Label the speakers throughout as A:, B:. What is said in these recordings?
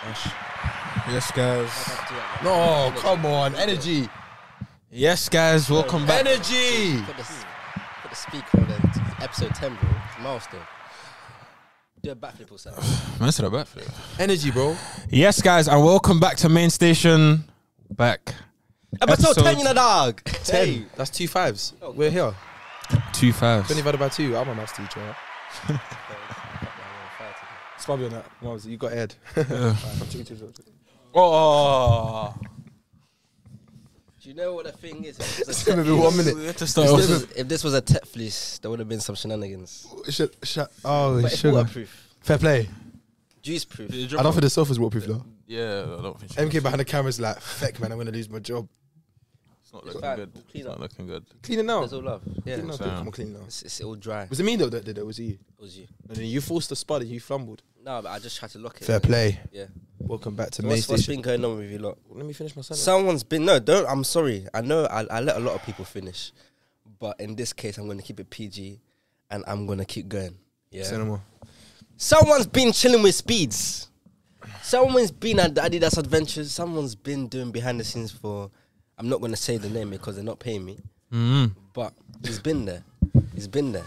A: French.
B: Yes, guys. No, come on, energy,
A: Yes, guys, welcome back.
B: energy.
C: Put the, put the speaker on it. Episode 10, bro. Milestone. Do a backflip or something.
A: Man said a backflip.
B: Energy, bro.
A: Yes, guys, and welcome back to Main Station. Back.
C: Episode,
A: Episode
C: 10, you know, dog. 10.
B: Hey, that's two fives. We're here.
A: Two fives.
B: Twenty divided by two. I'm a maths teacher. Right? Spub on that. What was it? You got Ed. oh,
C: Do you know what the thing is? If this was a
B: gonna be
C: Tetris-
B: one minute.
A: We had to
C: If
A: start
C: this,
A: off.
C: was, if this was a Tetflis, there would have been some shenanigans.
B: shut, shut. Oh,
C: But it's
B: sugar.
C: waterproof.
B: Fair play.
C: Juice proof.
B: I don't think the sofa's waterproof though.
A: Yeah, I don't think.
B: MK behind the camera's like, feck man, I'm gonna lose my job.
A: It's not
C: looking bad. good. Clean It's up. not
A: looking good.
B: Clean it now.
C: It's all love. Yeah.
B: Clean it now.
A: Damn.
B: Come on, clean it now.
C: It's, it's all dry. It
B: Was it me though that did it? Was it you?
C: was you.
B: And then you forced the spot. You fumbled.
C: No, but I just tried to lock it.
B: Fair play.
C: Yeah.
B: Welcome back to Main
C: What's, what's
B: Station.
C: been going on with you lot?
B: Let me finish my sentence.
C: Someone's been no. Don't. I'm sorry. I know. I, I let a lot of people finish, but in this case, I'm going to keep it PG, and I'm going to keep going. Yeah.
B: Cinema.
C: Someone's been chilling with speeds. Someone's been at the Adidas Adventures. Someone's been doing behind the scenes for. I'm not going to say the name because they're not paying me,
A: Mm.
C: but he's been there. He's been there.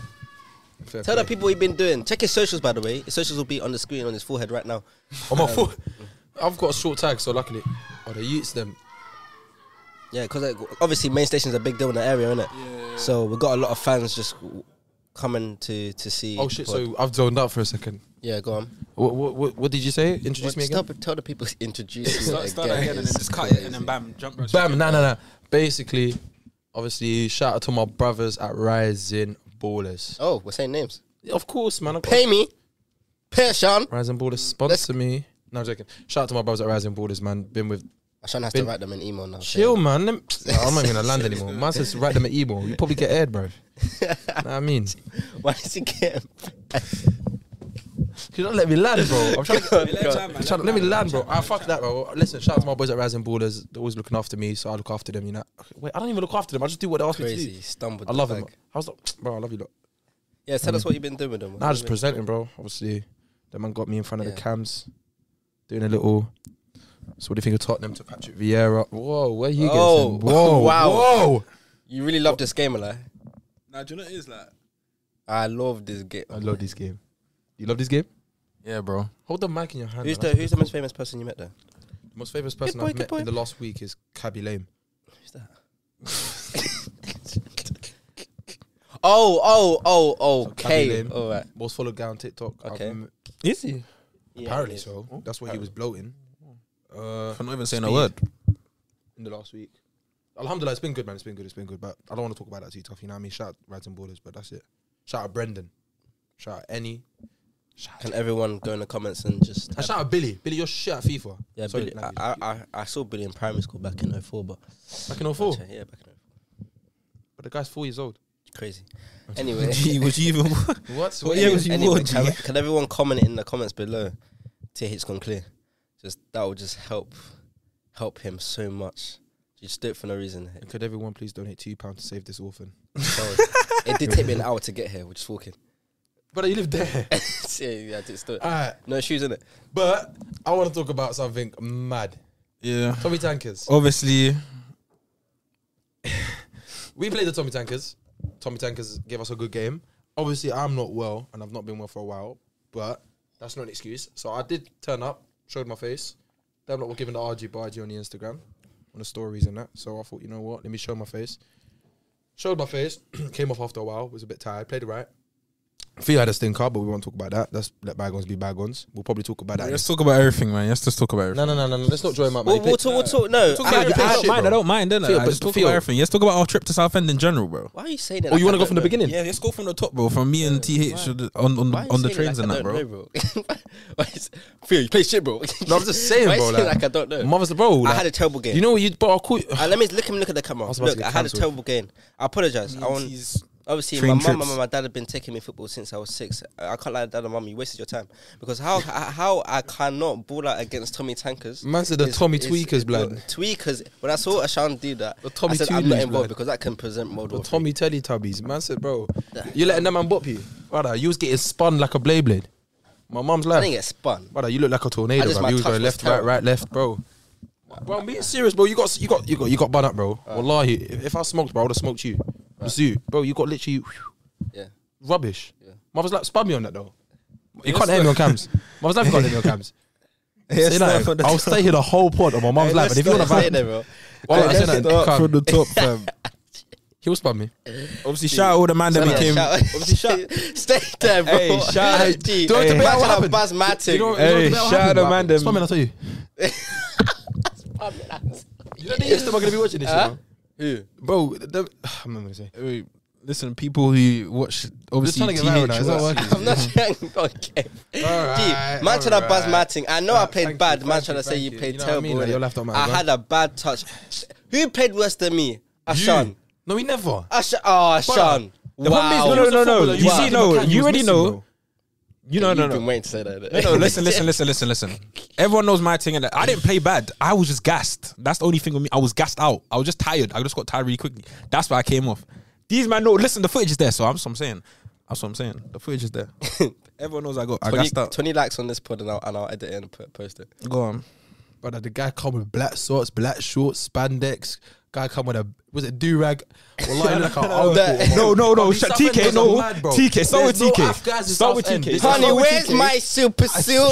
B: Fair
C: Tell the
B: play.
C: people what he's been doing. Check his socials, by the way. His socials will be on the screen on his forehead right now.
B: On Oh, my foot. Um, I've got a short tag, so luckily. Oh, the Utes them.
C: Yeah, because obviously main station's a big deal in the area, isn't it? So we got a lot of fans just w- coming to to see.
B: Oh shit!
C: the pod.
B: So I've zoned out for a second.
C: yeah, go on.
B: What what what, what did you say? Introduce
C: What-
B: me again.
C: stop and tell the people to introduce me
A: Start, start
C: again.
A: that again and
C: It's
A: then just cut it
C: crazy.
A: and then bam, jump right.
B: Bam! Nah nah nah. Basically, obviously, shout out to my brothers at Rising Ballers.
C: Oh, we're saying names.
B: Of course, man. I've got-
C: Pay me, pay Sean.
B: Rising Ballers sponsor me. No, I'm joking. Shout out to my brothers at Rising Borders, man. Been with
C: Sean has to
B: Been-
C: write them an email now.
B: Chill, man. Them- Nah, I'm not even gonna land anymore. Man says write them an email. You probably get aired, bro. Know what I mean,
C: saying- Why is he getting?
B: you don't let me land, bro. I'm trying to. Get-
A: Let
B: Shout- let me land, bro. Ah, fuck that, bro. Listen, shout out to my boys at Rising Ballers. They're always looking after me, so I look after them. You know, wait, I don't even look after them. I just do what they ask me to
C: Crazy,
B: do.
C: he stumbled.
B: I
C: the
B: love
C: bag.
B: them. I was like, bro, I love you. Look,
C: Yeah, tell us what you've been doing with them.
B: nah, just presenting, bro. Obviously, that man got me in front of
C: Yeah.
B: the cams, doing a little. So what do you think of Tottenham to Patrick Vieira? Whoa, where you
C: Oh,
B: guys? Whoa,
C: wow.
B: whoa.
C: You really love this game, like
D: Nah, do you know what it is like?
C: I love this game.
B: I love this game. You love this game?
A: Yeah, bro.
B: Hold the mic in your hand.
C: Who's
B: man.
C: the Who's the most famous person you met there?
B: The most famous person
C: boy,
B: I've
C: good
B: met
C: boy.
B: in the last week is Cabby Lame.
C: Who's that? oh, oh, oh, oh, okay.
B: Lane.
C: All right.
B: Most followed guy on TikTok. I've
C: Okay.
B: m-
A: Is he?
B: apparently so.
C: Oh,
B: That's what he was bloating. Uh,
A: I'm not even saying a
B: Speed.
A: word.
B: in the last week. Alhamdulillah, it's been good, man. It's been good. It's been good. But I don't want to talk about that too tough. You know what I mean? Shout out Rads and Borders, but that's it. Shout out Brendan. Shout out Any. Shout out,
C: Can everyone go in the comments and just.
B: and shout out Billy. Billy, you're shit at FIFA.
C: yeah,
B: Sorry,
C: Billy, I,
B: Navi.
C: I, I, I saw Billy in primary school back in 04, but.
B: back in
A: Oh.
B: 04.
C: Yeah, back in 04.
B: But the guy's four years old.
C: Crazy. Anyway.
A: Gee, would you even?
B: What?
A: What year was you
C: anyway
A: born?
C: can,
A: G?
C: can everyone comment in the comments below? TH gone clear. Just That will just help help him so much. You just do it for no reason.
B: And could everyone please donate two pounds to save this orphan?
C: it did take me an hour to get here. We're just walking.
B: But you live there.
C: yeah, yeah, I did still.
B: All right.
C: No shoes in it.
B: But I want to talk about something mad.
A: Yeah.
B: Tommy Tankers.
A: Obviously,
B: We played the Tommy Tankers. Tommy Tankers gave us a good game. Obviously, I'm not well and I've not been well for a while, but that's not an excuse. So I did turn up, showed my face. Them lot were giving the RG bargy on the Instagram, on the stories and that. So I thought, you know what, let me show my face. Showed my face, came off after a while, was a bit tired, played it right. Theo had a stinker, but we won't talk about that. That's let bygones be bygones. We'll probably talk about that.
A: let's talk about everything, man. Let's just talk about everything.
B: No, no, no, no, no. Let's not draw him up. man.
C: We'll,
B: He
C: we'll,
B: played-
C: talk, we'll talk. No,
B: Talk
C: I-
B: about
C: I- I-
B: your big
A: don't
B: shit,
A: mind.
B: bro.
A: I don't mind. Then
B: Feel,
A: I
B: but
A: just talk
B: feel.
A: about everything. Let's talk about our trip to Southend in general, bro.
C: Why are you saying that?
B: Oh,
C: like
B: you want to
C: I
B: go from the
C: don't know?
B: beginning?
A: Yeah, let's go from the top, bro. From me and TH on on
C: Why are you
A: on the
C: saying it
A: trains and
C: like I
A: that,
C: don't
A: bro.
C: know, bro? Why is- Phil, you play shit, bro.
B: No, I'm just saying,
C: Why you
B: bro.
C: saying
B: Like,
C: like I don't know.
B: Mother's bro.
C: I
B: like-
C: had a terrible game.
B: You know what you? But I'll call. You,
C: Uh, let me look him look at the camera.
B: was about to
C: Look,
B: get
C: I had a
B: cancelled.
C: terrible game. I apologize. I want
A: He's-
C: obviously my
A: Train
C: mum
A: trips.
C: and my dad have been taking me football since I was six. I I can't lie, dad and mum, you wasted your time because how how I cannot ball out against Tommy Tankers.
B: Man said the Tommy Tweakers, blood.
C: well, Tweakers. When I saw Ashan do that,
B: The Tommy
C: I said I'm not
B: Tweakers,
C: involved
B: blood.
C: because that can present World War
B: But
C: Three.
B: Tommy Teletubbies, man said, bro, you letting that man bop you? Brother, you was getting spun like a blade blade. My mum's
C: I
B: left.
C: didn't get spun.
B: Brother, you look like a tornado.
C: I just-
B: bruv.
C: my
B: You was
C: touch
B: going
C: was
B: left, right,
C: terrible.
B: right, left, bro. Bro, I'm being serious, bro. You got, you got, you got, you got bun up, bro. Wallahi, if, if I smoked, bro, I would have smoked you. It's you, bro. You got literally whew,
C: Yeah.
B: rubbish.
C: Yeah.
B: Mother's like spun me on that though.
D: Yeah,
B: You can't hit
D: so-
B: me on cams. Mother's like, you can't hit me on cams.
D: Yes,
B: Say
D: no,
B: that.
D: from the
B: I'll
D: top.
B: stay here the whole pod on my mum's
D: Hey,
B: lap,
D: let's
B: and if you want to
D: start-
B: vibe,
C: there, bro.
B: well,
D: Let's
B: I said that,
D: start
B: you
D: from
B: can't.
D: the top, fam.
B: He'll spam me.
A: Obviously, shout out all the man that
C: Yeah,
A: became.
C: shout- Stay there, bro.
D: Hey, shout out-
C: G,
B: Do you want
D: Hey. Back
B: to be out
C: Imagine
B: what
C: how
B: happened?
C: Baz Martin.
B: You know- you
D: Hey,
B: know what the hell
D: shout out
B: happened,
D: to man them.
B: bro? Spam me, I tell you. You know the Insta are gonna be watching this,
C: Huh?
B: you know? Bro, the- I'm not gonna say.
D: Wait, Listen, people who watch obviously
B: trying to get
D: teenage
B: viral now, it's not
D: watch-
B: working.
C: I'm not trying. Okay. G,
B: Alright,
C: man tried to Baz
B: alright.
C: Martin. I know I
B: Alright,
C: played
B: thank
C: bad.
B: you,
C: Man
B: thank
C: tried
B: you,
C: to say
B: thank
C: you
B: you.
C: played
B: You know what I
C: terrible.
B: mean? Like,
C: innit?
B: you're left out, man,
C: I
B: bro.
C: had a bad touch. Who played worse than me? Ashan.
B: You. No, we never.
C: Ashan. Oh, Ashan.
A: The problem is, no,
C: Wow.
A: no,
B: He was a
A: no, no.
B: footballer,
A: You
B: wow.
A: see,
B: He
A: no,
B: was
A: you already
B: missing,
A: know.
B: though.
A: You know, no,
C: You've been
A: no.
C: waiting to say that.
A: No, no, listen, listen, listen, listen, listen. Everyone knows my thing, and I didn't play bad. I was just gassed. That's the only thing with me. I was gassed out. I was just tired. I just got tired really quickly. That's why I came off. These man know. Listen, the footage is there. So I'm, so I'm saying. That's what I'm saying. The footage is there. Everyone knows I got. I
C: 20,
A: gassed out.
C: 20 likes on this pod and I'll, and I'll edit it and put, post it.
A: Go on.
B: Brother, the guy come with black shorts, black shorts, spandex. Guy come with a was it do rag? Well, like an uncle.
C: That-
A: No, no, no. Sh-
B: Southend
A: TK,
B: was
A: no.
B: mad, bro.
A: TK, start
B: There's
A: with TK.
B: No Afghans in
A: Start with
B: Southend.
A: TK.
B: There's
A: Start
C: Honey,
B: no
C: where's
B: TK.
C: my super suit?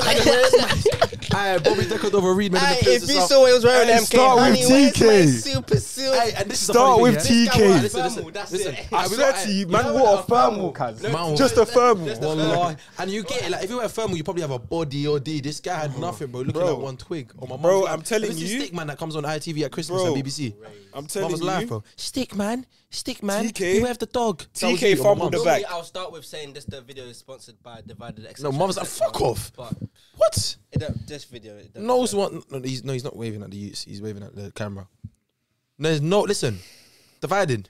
B: Aye, Bobby Decker over Reed man. in the
C: Aye,
B: place
C: if
B: and
C: you
B: stuff.
C: saw what he was wearing,
D: Hey,
C: MK,
D: start
C: honey,
D: with
C: where's my
D: TK.
C: super suit?
B: Aye, and this is the
A: Start
B: funny
A: with
B: thing, yeah?
A: TK.
B: This guy, listen, listen,
C: That's
B: listen.
C: it.
B: Aye,
D: I
B: we
D: swear
B: got-
D: to you,
B: aye,
D: man,
B: know
D: wore a
B: that
D: thermal,
B: thermal.
D: cuz.
B: Man,
D: Just a thermal.
B: just a thermal. And you get it, like if you wear a thermal, you probably have a body or D. This guy had nothing, bro. Looking
D: Bro.
B: at one twig. Or my mum's
D: Bro,
B: laugh.
D: I'm telling
B: It was this
D: you.
B: stick man that comes on ITV at Christmas
D: Bro,
B: and BBC.
D: I'm
B: Mama's laugh, bro. Stick man, stick man.
D: TK.
B: Beware of the dog. That was
D: TK
B: you, or my
D: fumbled
B: mum.
D: the bag.
C: I'll start with saying this the video is sponsored by Divided X.
B: No, mum's like, fuck off.
C: But
B: What?
C: it don't, this video, it don't
B: Knows what? No, he's no, he's not waving at the youths. He's waving at the camera. No, there's no. Listen, dividing.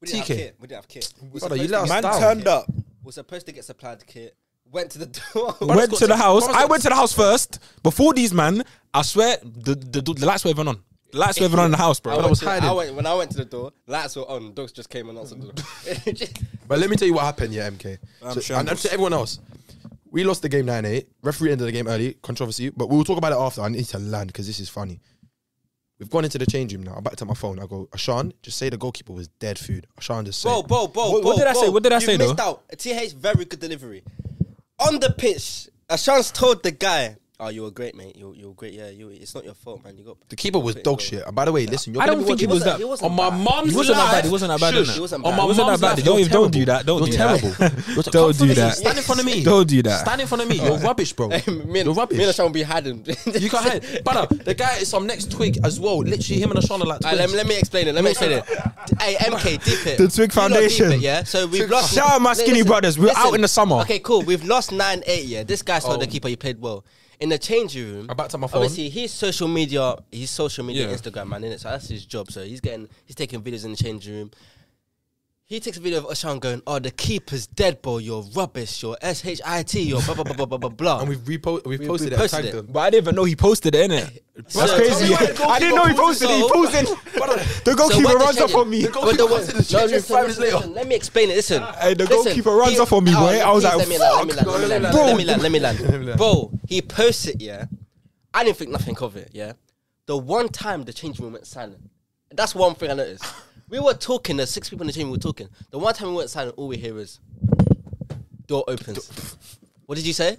C: We didn't
B: TK.
C: have kit. We didn't have kit. We were
B: Brother, you
C: supposed
B: let
C: to
D: Man
C: get-
B: us down.
D: turned up.
C: We're supposed to get supplied kit. Went to the door.
A: went
B: Scott
A: to the
B: said-
A: house.
B: Mama
A: I
B: Scott-
A: went to the house first before these man. I swear the the, the lights were even on. The lights were even on in the house, bro.
C: I
B: was
C: went, to, I
B: hiding.
C: went when I went to the door. Lights were on. Dogs just came and answered the door.
B: But let me tell you what happened, yeah, MK. So-
A: sure
B: and, and to everyone else, we lost the game 9 8. Referee ended the game early, controversy, but we'll talk about it after. I need to land because this is funny. We've gone into the change room now. I'm back to my phone. I go, Ashan, just say the goalkeeper was dead food. Ashan just said,
C: Bo, bo, bo,
A: What-
C: bo,
A: what did I
C: bo.
A: say? What did I
C: you
A: say,
C: Missed
A: though?
C: out. Th very good delivery. On the pitch, Ashan's told the guy, "Oh, you were great, mate. You you were great. Yeah, you. It's not your fault, man. You got."
B: the keeper was dog shit. And by the way, listen, you're
A: I
B: gonna
A: don't
B: be
A: think he
B: watching-
A: was that.
C: He wasn't
B: on my
C: bad.
B: mum's
A: He wasn't that
B: life.
A: bad. He wasn't that bad.
B: Shush.
A: innit?
C: He wasn't
A: On
C: bad.
A: my
C: He
B: wasn't
A: mum's
B: that bad.
A: life, Don't,
B: You're
A: don't do
B: terrible.
A: that. Don't
B: You're
A: do
B: terrible.
A: that.
B: You're- come
A: Don't
B: for
A: do
B: me.
A: that.
B: Stand in front of me.
A: Don't do that.
B: Stand in front of me. You're rubbish, bro.
C: me and,
B: You're rubbish.
C: Me and Ashan will be hiding.
B: You can't hide. But the guy is some next twig as well. Literally, him and Ashana like twins.
C: Alright, let, me, let me explain it. Let me explain it. Hey, MK, deep it.
A: The Twig
C: You lot deep
A: Foundation.
C: it, yeah. So we've
A: Twig-
C: lost.
A: Shout out my skinny brothers. We're out in the summer.
C: Okay, cool. We've lost nine eight. Yeah, this guy's not the
B: Oh.
C: keeper. He played well in the changing room.
B: I backed up my phone.
C: Obviously, he's social media. He's social media,
A: Yeah.
C: Instagram man, innit? So that's his job. So he's getting, he's taking videos in the changing room. He takes a video of Oshan going, "Oh, the keeper's dead, bro. You're rubbish. You're shit. You're blah blah blah blah blah blah blah."
B: and we've, repo- we've
C: posted
B: posted it. and
C: it.
B: tagged them.
A: But I didn't even know he posted it, innit? That's
C: So-
A: crazy.
B: Tell me why the
A: I didn't know he posted it. He posted
C: goalkeeper
A: The
C: So when
A: goalkeeper
C: the
A: runs up
C: change-
A: on me.
B: The goalkeeper
C: But the-
B: runs in the
C: no,
B: change room
C: listen,
B: five minutes
C: listen,
B: later.
C: listen, Let me explain it. Listen,
A: Hey, the goalkeeper runs
C: he-
A: off on me,
C: Oh,
A: boy. I was
C: please
A: like,
C: let me land,
A: fuck.
C: Let me land,
A: Bro.
C: let me land, let me land, let
B: me
C: me
B: land.
C: land. Bro, he posts it. Yeah, I didn't think nothing of it. Yeah, the one time the change room went silent. That's one thing I noticed. We were talking. The six people in the change room were talking. The one time we went silent, all we hear is door opens. What did you say?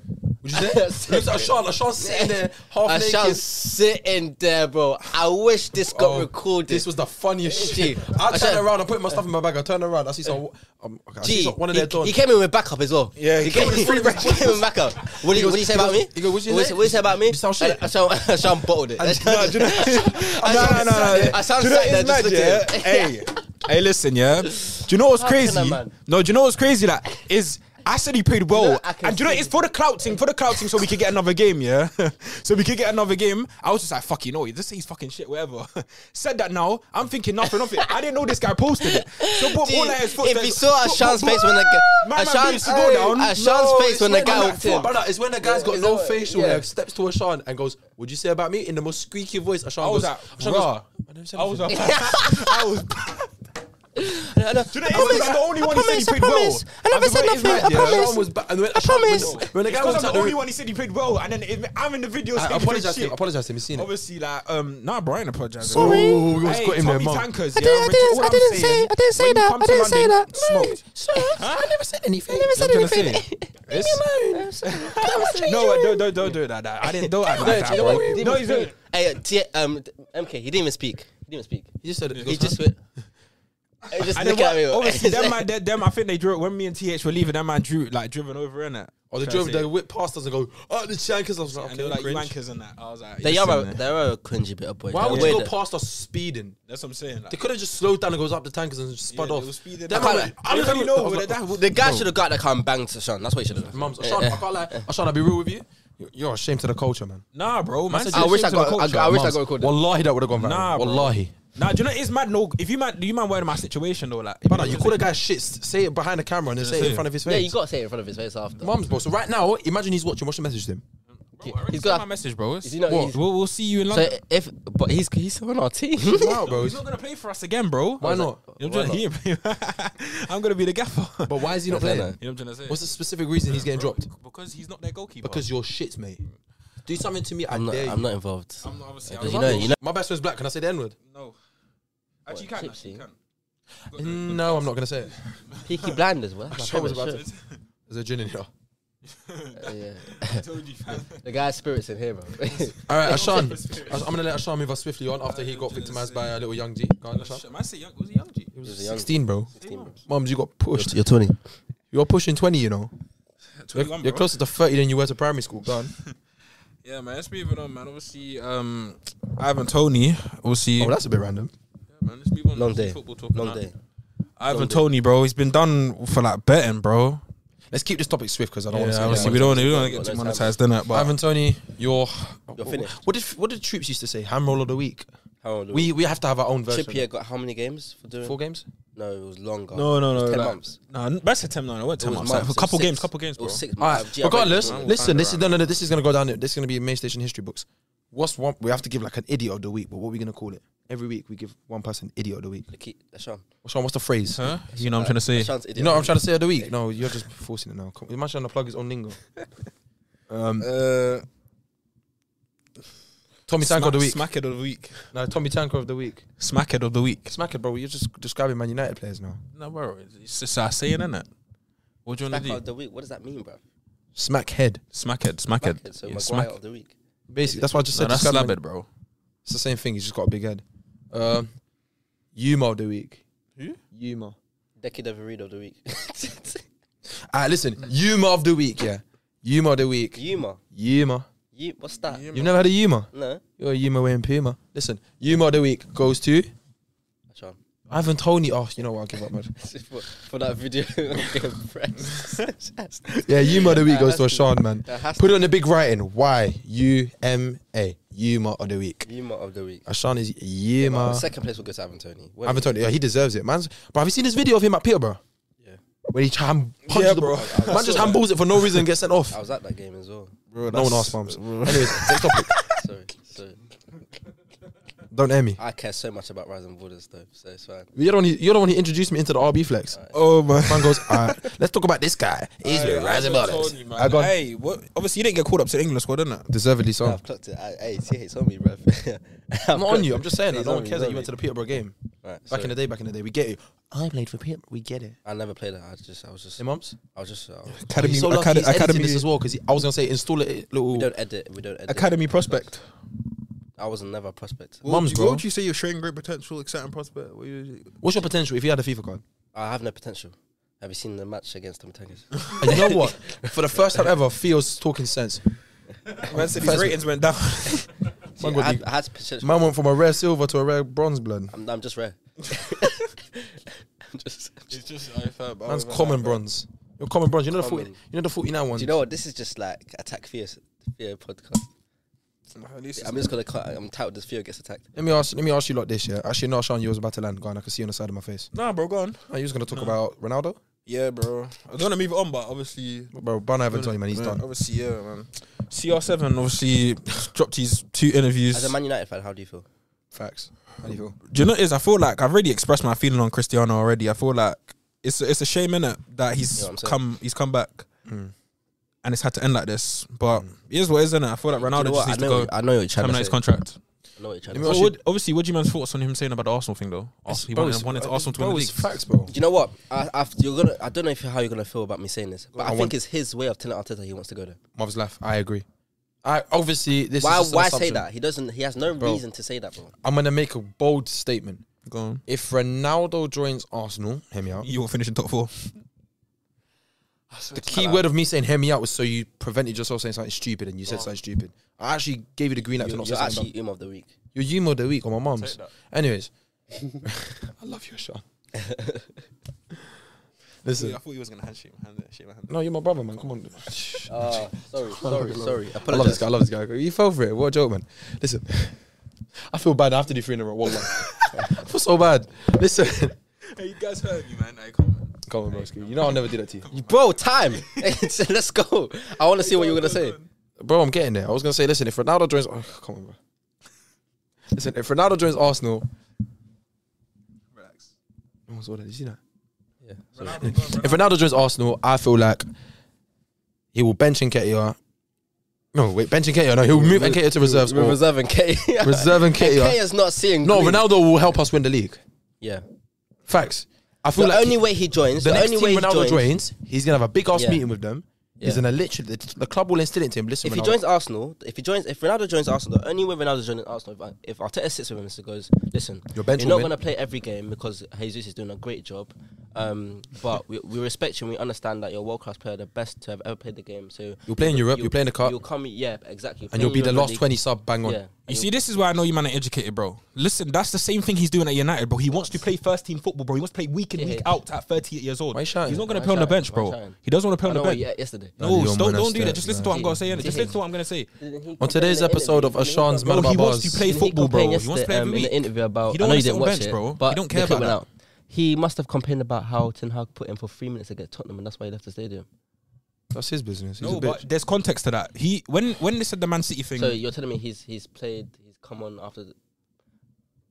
B: Would you say? Looks like Sean. Like Sean's sitting there, half
C: I shall
B: naked.
C: sit in there, bro. I wish this got
B: Oh,
C: recorded.
B: This was the funniest
C: Gee,
B: shit. I
C: I
B: turn
C: shall-
B: around, I put my stuff in my bag, I turn around, I see some. Um, okay, I see
C: Gee,
B: some, one of
C: he,
B: their dons.
C: he came in with backup as well.
D: Yeah, he
C: he
D: came
C: came, in
B: with
C: with
B: full
C: he came with backup. What did
B: He
C: you,
B: goes-
C: what did you say
B: he
C: about
B: goes-
C: me?
B: he goes, "What did you
C: what
B: say?"
C: what say about me?
B: You sound shit.
C: I, I sound, I sound bottled it.
D: No, do you know, do you
C: I
D: know-
C: sound-
D: no, no, no.
C: I sound
D: Do you know
C: sad there,
D: it's
C: just
D: mad,
C: look at
D: yeah?
C: him.
D: Hey,
A: Hey, listen, yeah. Do you know what's
C: How can a
A: crazy?
C: man-
A: No, do you know what's crazy? That is, I said he played well,
C: know, I can
A: and do you know
C: see
A: it's for the clouting, for the clouting, so we could get another game, yeah. so we could get another game. I was just like, fuck you know, just say he's fucking shit, whatever. said that now, I'm thinking nothing of it. I didn't know this guy posted it. So, but all that is
C: Gee, if you saw Ashan's face when the
A: My
C: guy,
A: man
C: Ashan's,
A: needs to go down.
C: Ashan's
B: No,
C: face
B: it's
C: when the
B: I'm
C: guy
B: like,
C: walked in.
B: Brother, it's when the guy's got
C: Is
B: no
C: that what-
B: facial
C: yeah.
B: hair, steps to Ashan and goes, What'd you say about me? in the most squeaky voice? Ashan
A: was
B: goes,
A: like, "Bruh."
B: Ashan goes, "I never said
A: I was,
B: anything."
A: I was,
C: I know.
B: Do you know, he's the only one who said he played well.
C: I never said nothing. I promise. I promise.
B: When the guy
A: Because
B: was
A: I'm the
B: at the
A: only one he said he played well, and then it, I'm in the video.
B: I
A: saying he played
B: apologize to him.
A: shit.
B: I apologize to him. He's seen it.
A: Obviously, like, um, nah, Brian apologized.
C: Sorry.
B: Oh, we almost
A: Hey,
B: got him there,
A: Tommy
B: mum.
A: Tankers,
C: I
A: yeah,
C: didn't, I
A: Richard,
C: didn't,
A: all
C: I
A: I'm
C: didn't
A: saying,
C: say, I didn't
A: when
C: say
A: you
C: that.
A: come
C: I
A: to
C: didn't say
A: London,
C: that. No,
A: smoked.
C: I never said anything. I never said
A: I'm tryna say
C: anything.
A: it. No, don't, don't, don't do it like that. I didn't. Don't act like that.
B: you know
A: bro.
B: what? He didn't
A: No,
B: even
A: he's
B: speak.
A: doing-
C: Hey, uh, T- um, d- MK, he didn't even speak. He didn't even speak.
B: He just said it.
C: He just went. He just
A: And then
C: looked at me.
A: what, obviously, them, man, them, them, I think they drew it when me and TH were leaving. That man drew like driven over in it.
C: Oh,
B: Or they drove, they whipped past us and go, oh, the Shankers. I was like,
A: and they
B: okay,
A: were like you
B: cringe.
A: wankers and that. I was like,
C: They
A: listen,
C: are, a,
A: man.
C: they are a cringy bit of boy.
B: Why
C: They're
B: would you go
C: weird.
B: past us speeding?
A: That's what I'm saying. Like,
B: They could have just slowed down and goes up the tankers and just spud
A: yeah,
B: off.
A: they were speeding.
B: That
A: I
B: man
A: can't
B: went, I'm
A: lie.
B: telling you,
A: They
B: no,
A: would've-
B: that
A: that
B: would-
C: The guy should have got that car and banged Sean. That's what he should have done.
B: Mums, Ashan, I can't lie. Ashan, I'll be real with you. You're- You're a shame to the culture, man.
A: nah, bro. Man,
B: said
A: said-
B: you're a
C: wish
B: shame
C: I
B: to the
C: got- I-
B: culture,
C: I wish I
B: mums.
C: got recorded.
B: Wallahi, that would have gone viral.
A: Nah, bro.
B: Wallahi.
A: Nah, do you know it's mad? No, if you man, you man weren't my situation though. Like,
B: Brother, you call a guy shit, s- say it behind the camera and then say it in front of his face.
C: Yeah, you got to say it in front of his face after.
B: Mums, bro. So right now, imagine he's watching. What's the message to him?
A: Bro, I already
C: He's
A: sent
C: got-
A: my message, bro. It's-
C: Is he not-
A: What?
C: he's-
A: We'll, we'll see you in
C: So
A: London.
C: if, but he's he's on our team.
B: Wow, bro.
A: He's not gonna play for us again, bro.
B: Why not?
A: I'm,
B: Why
A: just,
B: not?
A: he ain't playing. I'm gonna be the gaffer. You know
B: But why is he not
C: I don't
B: playing?
C: know.
A: what I'm trying to say?
B: What's the specific reason he's getting dropped?
A: Because he's not their goalkeeper.
B: Because you're shit, mate. Do something to me. I
C: I'm not,
B: dare you.
C: I'm not involved.
A: I'm not obviously.
C: You
A: I'm
B: I'm
C: know-
B: not-
C: you know-
B: My best friend's black. Can I say the N word?
A: no. Actually, you can. Actually, you
C: Tipsy?
A: can.
B: No, I'm not gonna say it.
C: Peaky Blinders, well. that's my
B: Sure was
C: favourite
B: about There's a gin in here.
C: show. Yeah.
A: I told you, fam.
C: The guy's spirits in here, bro.
B: All right, Ashan. Ash- I'm gonna let Ashan move us swiftly on after he got victimized by a little young G. Go on, Ashan.
A: Shit, Man, say young. Was he young? G?
B: He was
C: a young-
B: 16, bro. Mums, you got pushed.
C: You're 20.
B: You're pushing 20, you know. You're,
A: 21,
B: you're
A: bro.
B: closer to 30 than you were to primary school. Go on.
A: Yeah, man. Let's move it on, man. Obviously, um, Ivan Tony. Obviously,
B: Oh, that's a bit random.
A: man. Let's move on.
C: Long
A: Obviously,
C: day.
A: Football talk.
C: Long
A: now.
C: day.
A: Ivan Tony, bro. He's been done for like betting, bro.
B: Let's keep this topic swift because I don't
A: Yeah,
B: want
A: obviously
B: to.
A: we don't, we don't
C: Got
A: get too
C: no time.
A: monetized, in it. But
B: Ivan Tony, you're
C: You're finished.
B: What did what did troops used to say? Ham roll of the week.
C: How old are we?
B: We we have to have our own version.
C: Trippier got how many games for doing?
B: Four games.
C: No, it was longer.
A: No, no, no.
C: It was 10
A: like-
C: months.
A: Nah, that's a 10 no, no, it was 10
C: It was
A: months.
C: months,
A: Like,
C: it
A: a couple
C: was
A: games,
C: six.
A: couple games,
C: It
A: bro.
C: was six
B: All
C: months.
B: right. Regardless,
A: we'll
B: listen.
A: find
B: This
A: it
B: is
A: around.
B: no, no, no. This is gonna go down. This is gonna be main station history books. What's one? We have to give like an idiot of the week. But what are we gonna call it? Every week we give one person idiot of the week.
C: Sean.
B: Sean, what's the phrase?
A: Huh? You know what I'm trying to say?
C: Sean's idiot.
B: You know what I'm trying to say of the week? No, you're just forcing it now. Come, you might trying to plug his own lingo. Um,
A: Uh,
B: Tommy Tanko of the week.
A: Smackhead of the week.
B: No, Tommy Tanko of the week.
A: Smackhead of the week.
B: Smack it, bro. You're just describing Man United players now.
A: No, bro. It's just a saying, isn't it? What do you want
C: Back
A: to
C: out
A: do?
C: the week. What does that mean, bro?
B: Smack head.
A: Smackhead,
C: Back
A: smackhead.
C: it, So
A: Yeah,
C: Maguire
A: smack.
C: of the week.
B: Basically, that's why I just
A: No,
B: said.
A: that's
B: describe Man-
A: slabbed, bro.
B: It's the same thing. He's just got a big head. Um, Yuma of the week.
A: Who?
B: Yuma.
C: Decky Devereed of the week.
B: Ah, listen. Yuma of the week. Yeah. Yuma of the week.
C: Yuma.
B: Yuma.
C: You, what's that?
B: You've never had a Yuma.
C: No.
B: You're a Yuma wearing Puma. Listen. Yuma of the week goes to
C: Sean.
B: Ivan Tony. Oh, you know what? I'll give up, man.
C: for, for that video, I'm getting pressed.
B: Yeah, Yuma of the week
C: That
B: goes to
C: has to
B: Sean, man.
C: That has
B: Put it on the big writing. Y U M A. Yuma of the week.
C: Yuma of the week.
B: Ashan is Yuma.
C: Second place will go to Ivan Tony. Where-
B: Ivan Tony, yeah, he deserves it, man. But have you seen this video of him at Peterborough?
C: Yeah.
B: When he try and punch
A: Yeah,
B: the
A: bro.
B: ball. Man just handballs it for no reason and gets sent off.
C: I was at that game as well.
B: no one asked mums. Anyways, next topic.
C: Sorry, sorry.
B: Don't air me.
C: I care so much about Rising Borders though, so it's fine.
B: You're the one. Who, you're the one who introduced me into the RB flex.
A: Oh, my.
B: Man goes, all right, let's talk about this guy. He's with rising ballers. I got
A: Hey, what? Obviously, you didn't get called up to the England squad, didn't it?
B: deservedly
C: No,
B: so.
C: I've clocked it. I, hey, TH's on me, bro.
B: Oh. I'm not on you. I'm just saying. That. No one cares that you went to the Peterborough game back in the day. Back in the day, we get it. I played for Peterborough. We get it.
C: I never played that. I just, I was just,
B: Hey, mums.
C: I was just. Uh,
A: Academy,
B: He's so lucky
A: academy,
B: he's editing
A: academy,
B: this as well because I was gonna say install it
C: we
B: little.
C: don't edit. We don't edit.
A: academy prospect.
C: I was never a prospect.
A: What would
B: Mums,
A: you-
B: bro.
A: What would you say you're showing great potential, exciting prospect? What you-
B: What's your potential if you had a FIFA card?
C: I have no potential. Have you seen the match against Tom Tangas?
B: And you know what? For the first time ever, Theo's talking sense.
A: Man said his
B: First-
A: ratings went down.
C: I,
B: God,
C: had-
B: you-
C: I had potential.
B: Man went from a rare silver to a rare bronze blood.
C: I'm, I'm just rare. I'm just,
A: It's just
B: Man's common bronze. You're common bronze. You know the 40, you
C: Common.
B: know the 49 ones.
C: do you know what? This is just like attack fear, fear podcast. I'm just gonna. Cut, I'm titled this fear gets attacked.
B: Let me ask. Let me ask you lot this. Yeah, actually, no, Sean, you was about to land. Go on, I can see on the side of my face.
A: Nah, bro, go on.
B: Oh, you was gonna talk about Ronaldo,
A: Yeah, bro. I don't want to move on, but obviously,
B: bro. Bruno haven't told you, man. He's done.
A: Obviously, yeah, man. CR7 obviously dropped his two interviews.
C: As a Man United fan, how do you feel?
B: Facts. How do you feel?
A: Do you know what it is? I feel like I've already expressed my feeling on Cristiano already. I feel like it's it's a shame innit that he's
C: You know what I'm saying?
A: come he's come back and it's had to end like this. But it is what it is, innit? I feel like
C: Do you know
A: Ronaldo just
C: what?
A: needs to
C: I know,
A: go
C: I know what you're trying to
A: terminate
C: say.
A: his contract.
C: I know what you're trying
B: Let
C: to
B: me
C: say.
B: ask
A: So what- obviously, what do you man's thoughts on him saying about the Arsenal thing though? He
B: Bro,
A: wanted,
B: it's-
A: wanted
B: uh,
A: Arsenal to
B: bro,
A: win the league.
B: it's Facts, bro.
C: Do you know what? I, I, you're gonna. I don't know if how you're gonna feel about me saying this, but
B: I
C: I, think
B: want-
C: it's his way of telling Arteta he wants to go there.
B: Mother's life. I agree. I obviously this.
C: Why?
B: is just an
C: Why say
B: assumption.
C: that? He doesn't. He has no
B: Bro.
C: reason to say that, bro.
B: I'm gonna make a bold statement.
A: Go on.
B: If Ronaldo joins Arsenal, hear me out.
A: You won't finish in top four.
B: The key word of me saying "hear me out" was so you prevented yourself saying something stupid, and you said something stupid. I actually gave you the green light to
C: You're,
B: not say
C: you're
B: something.
C: actually um of the week.
B: Your Yuma of the week or my mum's. Anyways, I love you, Sean. Listen,
A: thought he was gonna handshake hand, shake my hand.
B: no, you're my brother, man. Come on.
C: Uh, sorry, sorry, sorry.
B: I love this
C: Apologize.
B: guy. I love this guy. You fell for it. What a joke, man. Listen, I feel bad. I have to do three in a row. Wallah. I feel so bad. Listen,
A: Hey, you guys heard me, man. Hey, come on.
B: come on, broski. You know I'll never do that to you,
C: Bro, time. Let's go. I want to see what you're gonna say.
B: bro. I'm getting there. I was gonna say, listen, if Ronaldo joins, oh, come on, bro. Listen, if Ronaldo joins Arsenal,
A: Relax.
B: no one's ordered. Did you see that?
A: Ronaldo,
B: If Ronaldo joins Arsenal, I feel like he will bench Nketiah. No, wait, bench Nketiah. No, he'll move Nketiah to reserves.
C: We're
B: Or
C: reserving K.
B: reserve Nketiah.
C: is not seeing.
B: No,
C: green.
B: Ronaldo will help us win the league.
C: Yeah.
B: Facts. I
C: The
B: feel like
C: only way he joins.
B: the
C: The,
B: next
C: only way
B: team
C: he
B: Ronaldo
C: joins.
B: joins, he's gonna have a big ass
C: Yeah.
B: meeting with them. He's
C: Yeah.
B: gonna literally the, the club will instill it to him. Listen,
C: If he
B: Ronaldo,
C: joins Arsenal, if he joins, if Ronaldo joins Arsenal, the only way Ronaldo joins Arsenal, if, if Arteta sits with him and goes, listen,
B: Your bench
C: you're
B: will
C: not
B: win."
C: going to play every game because Jesus is doing a great job, um, but we, we respect you and we understand that you're a world class player, the best to have ever played the game. So
B: you'll play in Europe, you'll, play in the cup,
C: You'll come, yeah, exactly.
B: and you'll be the last
C: Play in
B: twenty sub. Bang on.
C: Europa League, Yeah.
A: You see, this is why I know you man are educated, bro. Listen, that's the same thing he's doing at United, bro. He wants to play first team football, bro. He wants to play week in,
C: Yeah.
A: week out at 38 years old.
B: Why you
A: He's
B: shouting?
A: not going to
C: Why
A: play on the
C: shouting?
A: bench,
C: Why
A: bro.
C: shouting?
A: He doesn't want to play
C: I
A: on
C: know
A: the
C: what
A: bench.
C: you ate yesterday.
A: No,
B: Bloody
A: don't,
B: old man,
A: don't do that.
B: that's
A: Just listen
B: that,
A: to what I'm going to say.
C: man.
A: innit? Just listen to what I'm going to say.
B: On today's episode of Ashan's Man
A: Bro,
B: About
A: he wants
B: Bars,
A: to play
C: He
A: football, bro.
C: complained
A: He wants to play
C: yesterday,
A: every
C: um, in
A: week.
C: the interview about.
A: He don't
C: I know
A: wanna
C: you
A: sit
C: didn't
A: on
C: watch
A: bench,
C: it,
A: bro.
C: But
A: He don't
C: the
A: care
C: clip
A: about
C: went out. He must have complained about how Ten Hag put him for three minutes against Tottenham, and that's why he left the stadium.
B: That's his business. He's
A: No,
B: a
A: but
B: bitch.
A: there's context to that. He when when they said the Man City thing,
C: So you're telling me he's he's played he's come on after the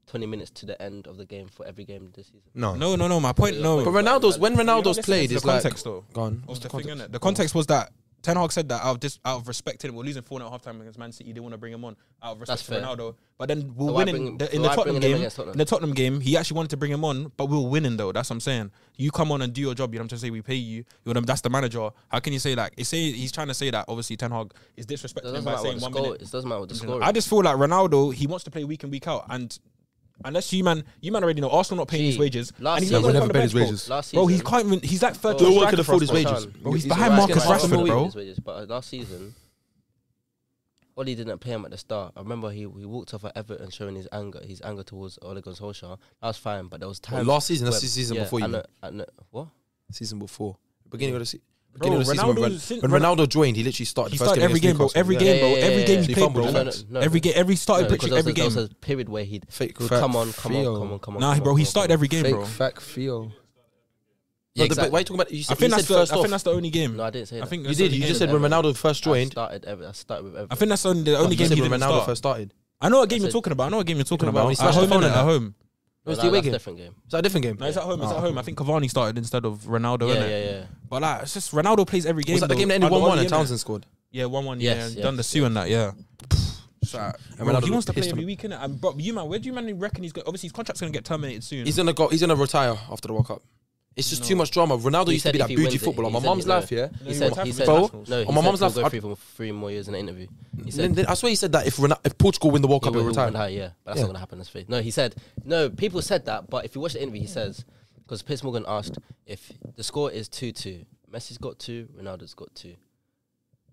C: twenty minutes to the end of the game for every game this season.
B: no,
A: no, no, no. My point, no.
B: But Ronaldo's when
A: You're not
B: Ronaldo's
A: listening
B: played
A: to
B: is
A: the
B: like
A: context, though.
B: gone.
A: What's the thing, innit? The context was that Ten Hag said that out of dis- out of respect to him, we're losing four and a half time against Man City. They want to bring him on out of respect
C: That's
A: to
C: fair.
A: Ronaldo. But then we're
C: So why
A: winning
C: bring-
A: the, in
C: so
A: the
C: why
A: Tottenham
C: bringing him
A: game.
C: against Tottenham?
A: In the Tottenham game, he actually wanted to bring him on, but we were winning though. That's what I'm saying. You come on and do your job. You know what I'm saying? We pay you. You know that's the manager. How can you say that? It's say he's trying to say that obviously Ten Hag is
C: It
A: disrespecting
C: doesn't
A: him by
C: matter what
A: saying
C: the
A: one
C: score.
A: minute.
C: It doesn't matter what the
A: You know,
C: score.
A: I
C: is.
A: just feel like Ronaldo, he wants to play week in, week out. And unless you man, you man already know Arsenal not paying
C: Gee,
A: his wages.
C: last
A: and he's
C: season-
A: not going
C: They
B: will
A: to
B: never pay
A: bench,
B: his
A: bro.
B: wages.
C: Last
A: Bro, he's
C: season-
A: can't even. He's like third.
B: No
A: choice
B: one
A: striker
B: can
A: for
B: afford
A: us,
B: his
A: bro.
B: wages.
A: Bro, he's
C: He's
A: behind
C: alright,
A: Marcus
C: he's
A: Rashford,
C: alright, he's
A: bro.
C: alright, he's alright. But last season, Oli didn't play him at the start. I remember he, he walked off at Everton showing his anger, his anger towards Ole Gunnar Solskjaer. That was fine, but there was
B: Well,
C: time.
B: last season, that's
C: where-
B: the season
C: yeah,
B: before
C: I
B: you.
C: know, I know, what?
B: Season before, beginning of the season.
A: Bro,
B: Beginning of the season when,
A: Ronaldo's
B: Ron-
A: sin-
B: when Ronaldo joined, he literally started.
A: He
B: the first
A: started every
B: game
A: game, bro.
B: against
A: Every
B: Newcastle,
A: game,
C: Yeah,
A: bro.
C: yeah,
A: Every
C: yeah,
A: game
C: yeah.
A: he
B: He
A: played,
B: fumbled,
A: bro.
B: no, no,
C: no,
A: Every
C: no.
A: game, every started
C: No,
A: picture,
C: because
A: every
C: there was, There
A: game.
C: was a period where he'd
B: Fake fact
C: come on, come
B: feel.
C: on, come on, come on.
A: Nah,
C: come
A: bro,
C: on,
A: he
C: come on,
A: started
C: come on.
A: every game,
B: Fake
A: bro.
B: fact feel.
C: Yeah,
B: No, the- but
C: exactly.
B: why are you talking about? You, s-
A: I
B: you
A: think
B: said
A: that's the,
B: first
A: I think
B: off.
A: that's the only game.
C: No, I didn't say
A: I
C: that.
A: think
B: You
A: that's
B: did.
A: the
B: You
A: only
B: just
A: game.
B: said when Ronaldo first
C: I
B: joined.
C: started, ever, I started with Everton.
A: I think that's the only, the only
B: You
A: game
B: said
A: he
B: when
A: didn't
B: Ronaldo
A: start.
B: first started.
A: I know what game
C: I
A: you're
C: said-
A: talking about. I know what game you're talking
B: Talking about
A: about.
B: when he
A: At
B: smashed the
A: home,
B: phone
A: innit?
B: in there.
A: at home.
C: No,
B: Was
C: that-
B: the away
C: that's
B: game?
C: different game.
B: Is that a different game?
A: No, it's at home. It's
B: Oh,
A: at home. I think Cavani started instead of Ronaldo,
C: Yeah,
A: innit?
C: yeah, yeah.
A: But like, it's just Ronaldo plays every game.
B: Was that the
A: though.
B: game that ended
A: Under
B: one-one
A: Oli,
B: and
A: innit?
B: Townsend scored?
A: Yeah, one one.
C: Yes,
A: yeah, done the
C: yes,
A: Sue and that. Yeah.
B: And
A: Bro,
B: Ronaldo
A: he wants to play
B: pissed
A: every
B: him.
A: week, innit? And bro, you man, where do you man reckon he's going? Obviously, his contract's going to get terminated soon.
B: He's gonna go. He's gonna retire after the World Cup. It's just
A: No.
B: too much drama. Ronaldo
C: He
B: used to
C: said
B: be
C: if
B: that
C: he
B: bougie
C: wins it,
B: footballer.
C: he
B: My
C: said
B: mum's
C: he will.
B: life, yeah.
A: No,
C: He
A: he
C: said,
A: won't
C: he
A: have
C: said,
B: Bro,
C: no, he
B: on my
A: Oh,
C: said
B: mum's
C: he'll
B: life,
C: go
B: I-
C: free for three more years in an interview. He
B: Then-
C: said,
B: then I swear he said that if Ronaldo, if Portugal win the World Cup,
C: he
B: he'll
C: will
B: retire.
C: retire, yeah. But that's
B: Yeah.
C: not gonna happen. That's fake. No, he said. No, people said that, but if you watch the interview, he says because Piers Morgan asked if the score is two two. Messi's got two. Ronaldo's got two.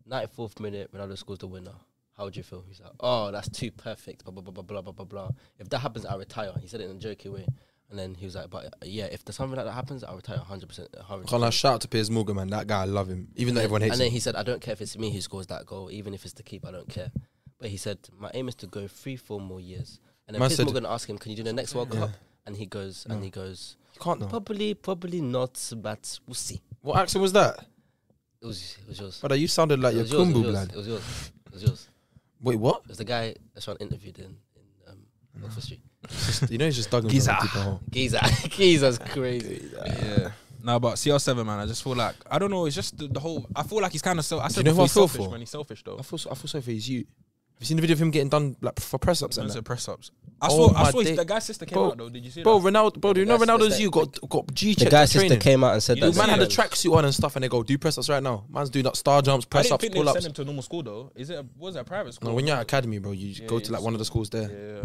C: Ninety fourth minute, Ronaldo scores the winner. How would you feel? He's like, oh, that's too perfect. Blah blah blah blah blah blah blah. If that happens, I retire. He said it in a jokey way, and then he was like, but uh, yeah, if there's something like that happens, I retire 100 percent.
B: Can't lie, shout out to Piers Morgan, man. That guy, I love him. Even though everyone hates
C: And then
B: him.
C: he said, I don't care if it's me who scores that goal, even if it's the keeper, I don't care. But he said, my aim is to go three, four more years. And then
B: Man
C: Piers
B: said-
C: Morgan asked him, can you do the next World Cup? And he goes, and he goes,
B: You can't know.
C: probably, probably not, but we'll see.
B: What accent was that?
C: It was, it was yours.
B: Brother, you sounded like
C: it,
B: your
C: was yours it,
B: Kumbu
C: was yours
B: blood.
C: it was yours. It was yours.
B: Wait, what?
C: It was the guy Sean interviewed in, in um, not frustrate.
B: you know he's just dug
A: Giza.
B: himself a deeper hole.
C: Giza, Giza's crazy.
A: Yeah. No, but CR7 man, I just feel like I don't know. It's just the, the whole. I feel like he's kind of so. I said
B: know who
A: before
B: I
A: he's
B: feel
A: selfish
B: for?
A: when he's selfish though.
B: I feel so, I feel so for his you. Have you seen the video of him getting done like for press ups and
A: Those
B: that?
A: are press ups. I
B: Oh,
A: saw. I
B: my
A: saw his,
B: day.
A: the guy's sister came
B: Bro,
A: out though. Did you see
B: Bro,
A: that?
B: Ronaldo, bro, do you
C: The
B: know
C: guy's
B: Ronaldo's
C: sister-
B: you got got G
C: The
B: checked
C: guy
B: at
C: sister
B: training.
C: came out and said
A: You
B: The
A: know,
C: that.
B: man had a
A: Yeah.
B: tracksuit on and stuff, and they go do press ups right now. Man's doing like star jumps,
A: I
B: press
A: didn't
B: ups,
A: think
B: pull
A: they sent
B: ups.
A: him to a normal school though. Is it? A, was it a private school?
B: No, when you're at academy, bro, you just
A: Yeah,
B: go
A: yeah,
B: to like one of the schools there.
A: yeah, yeah.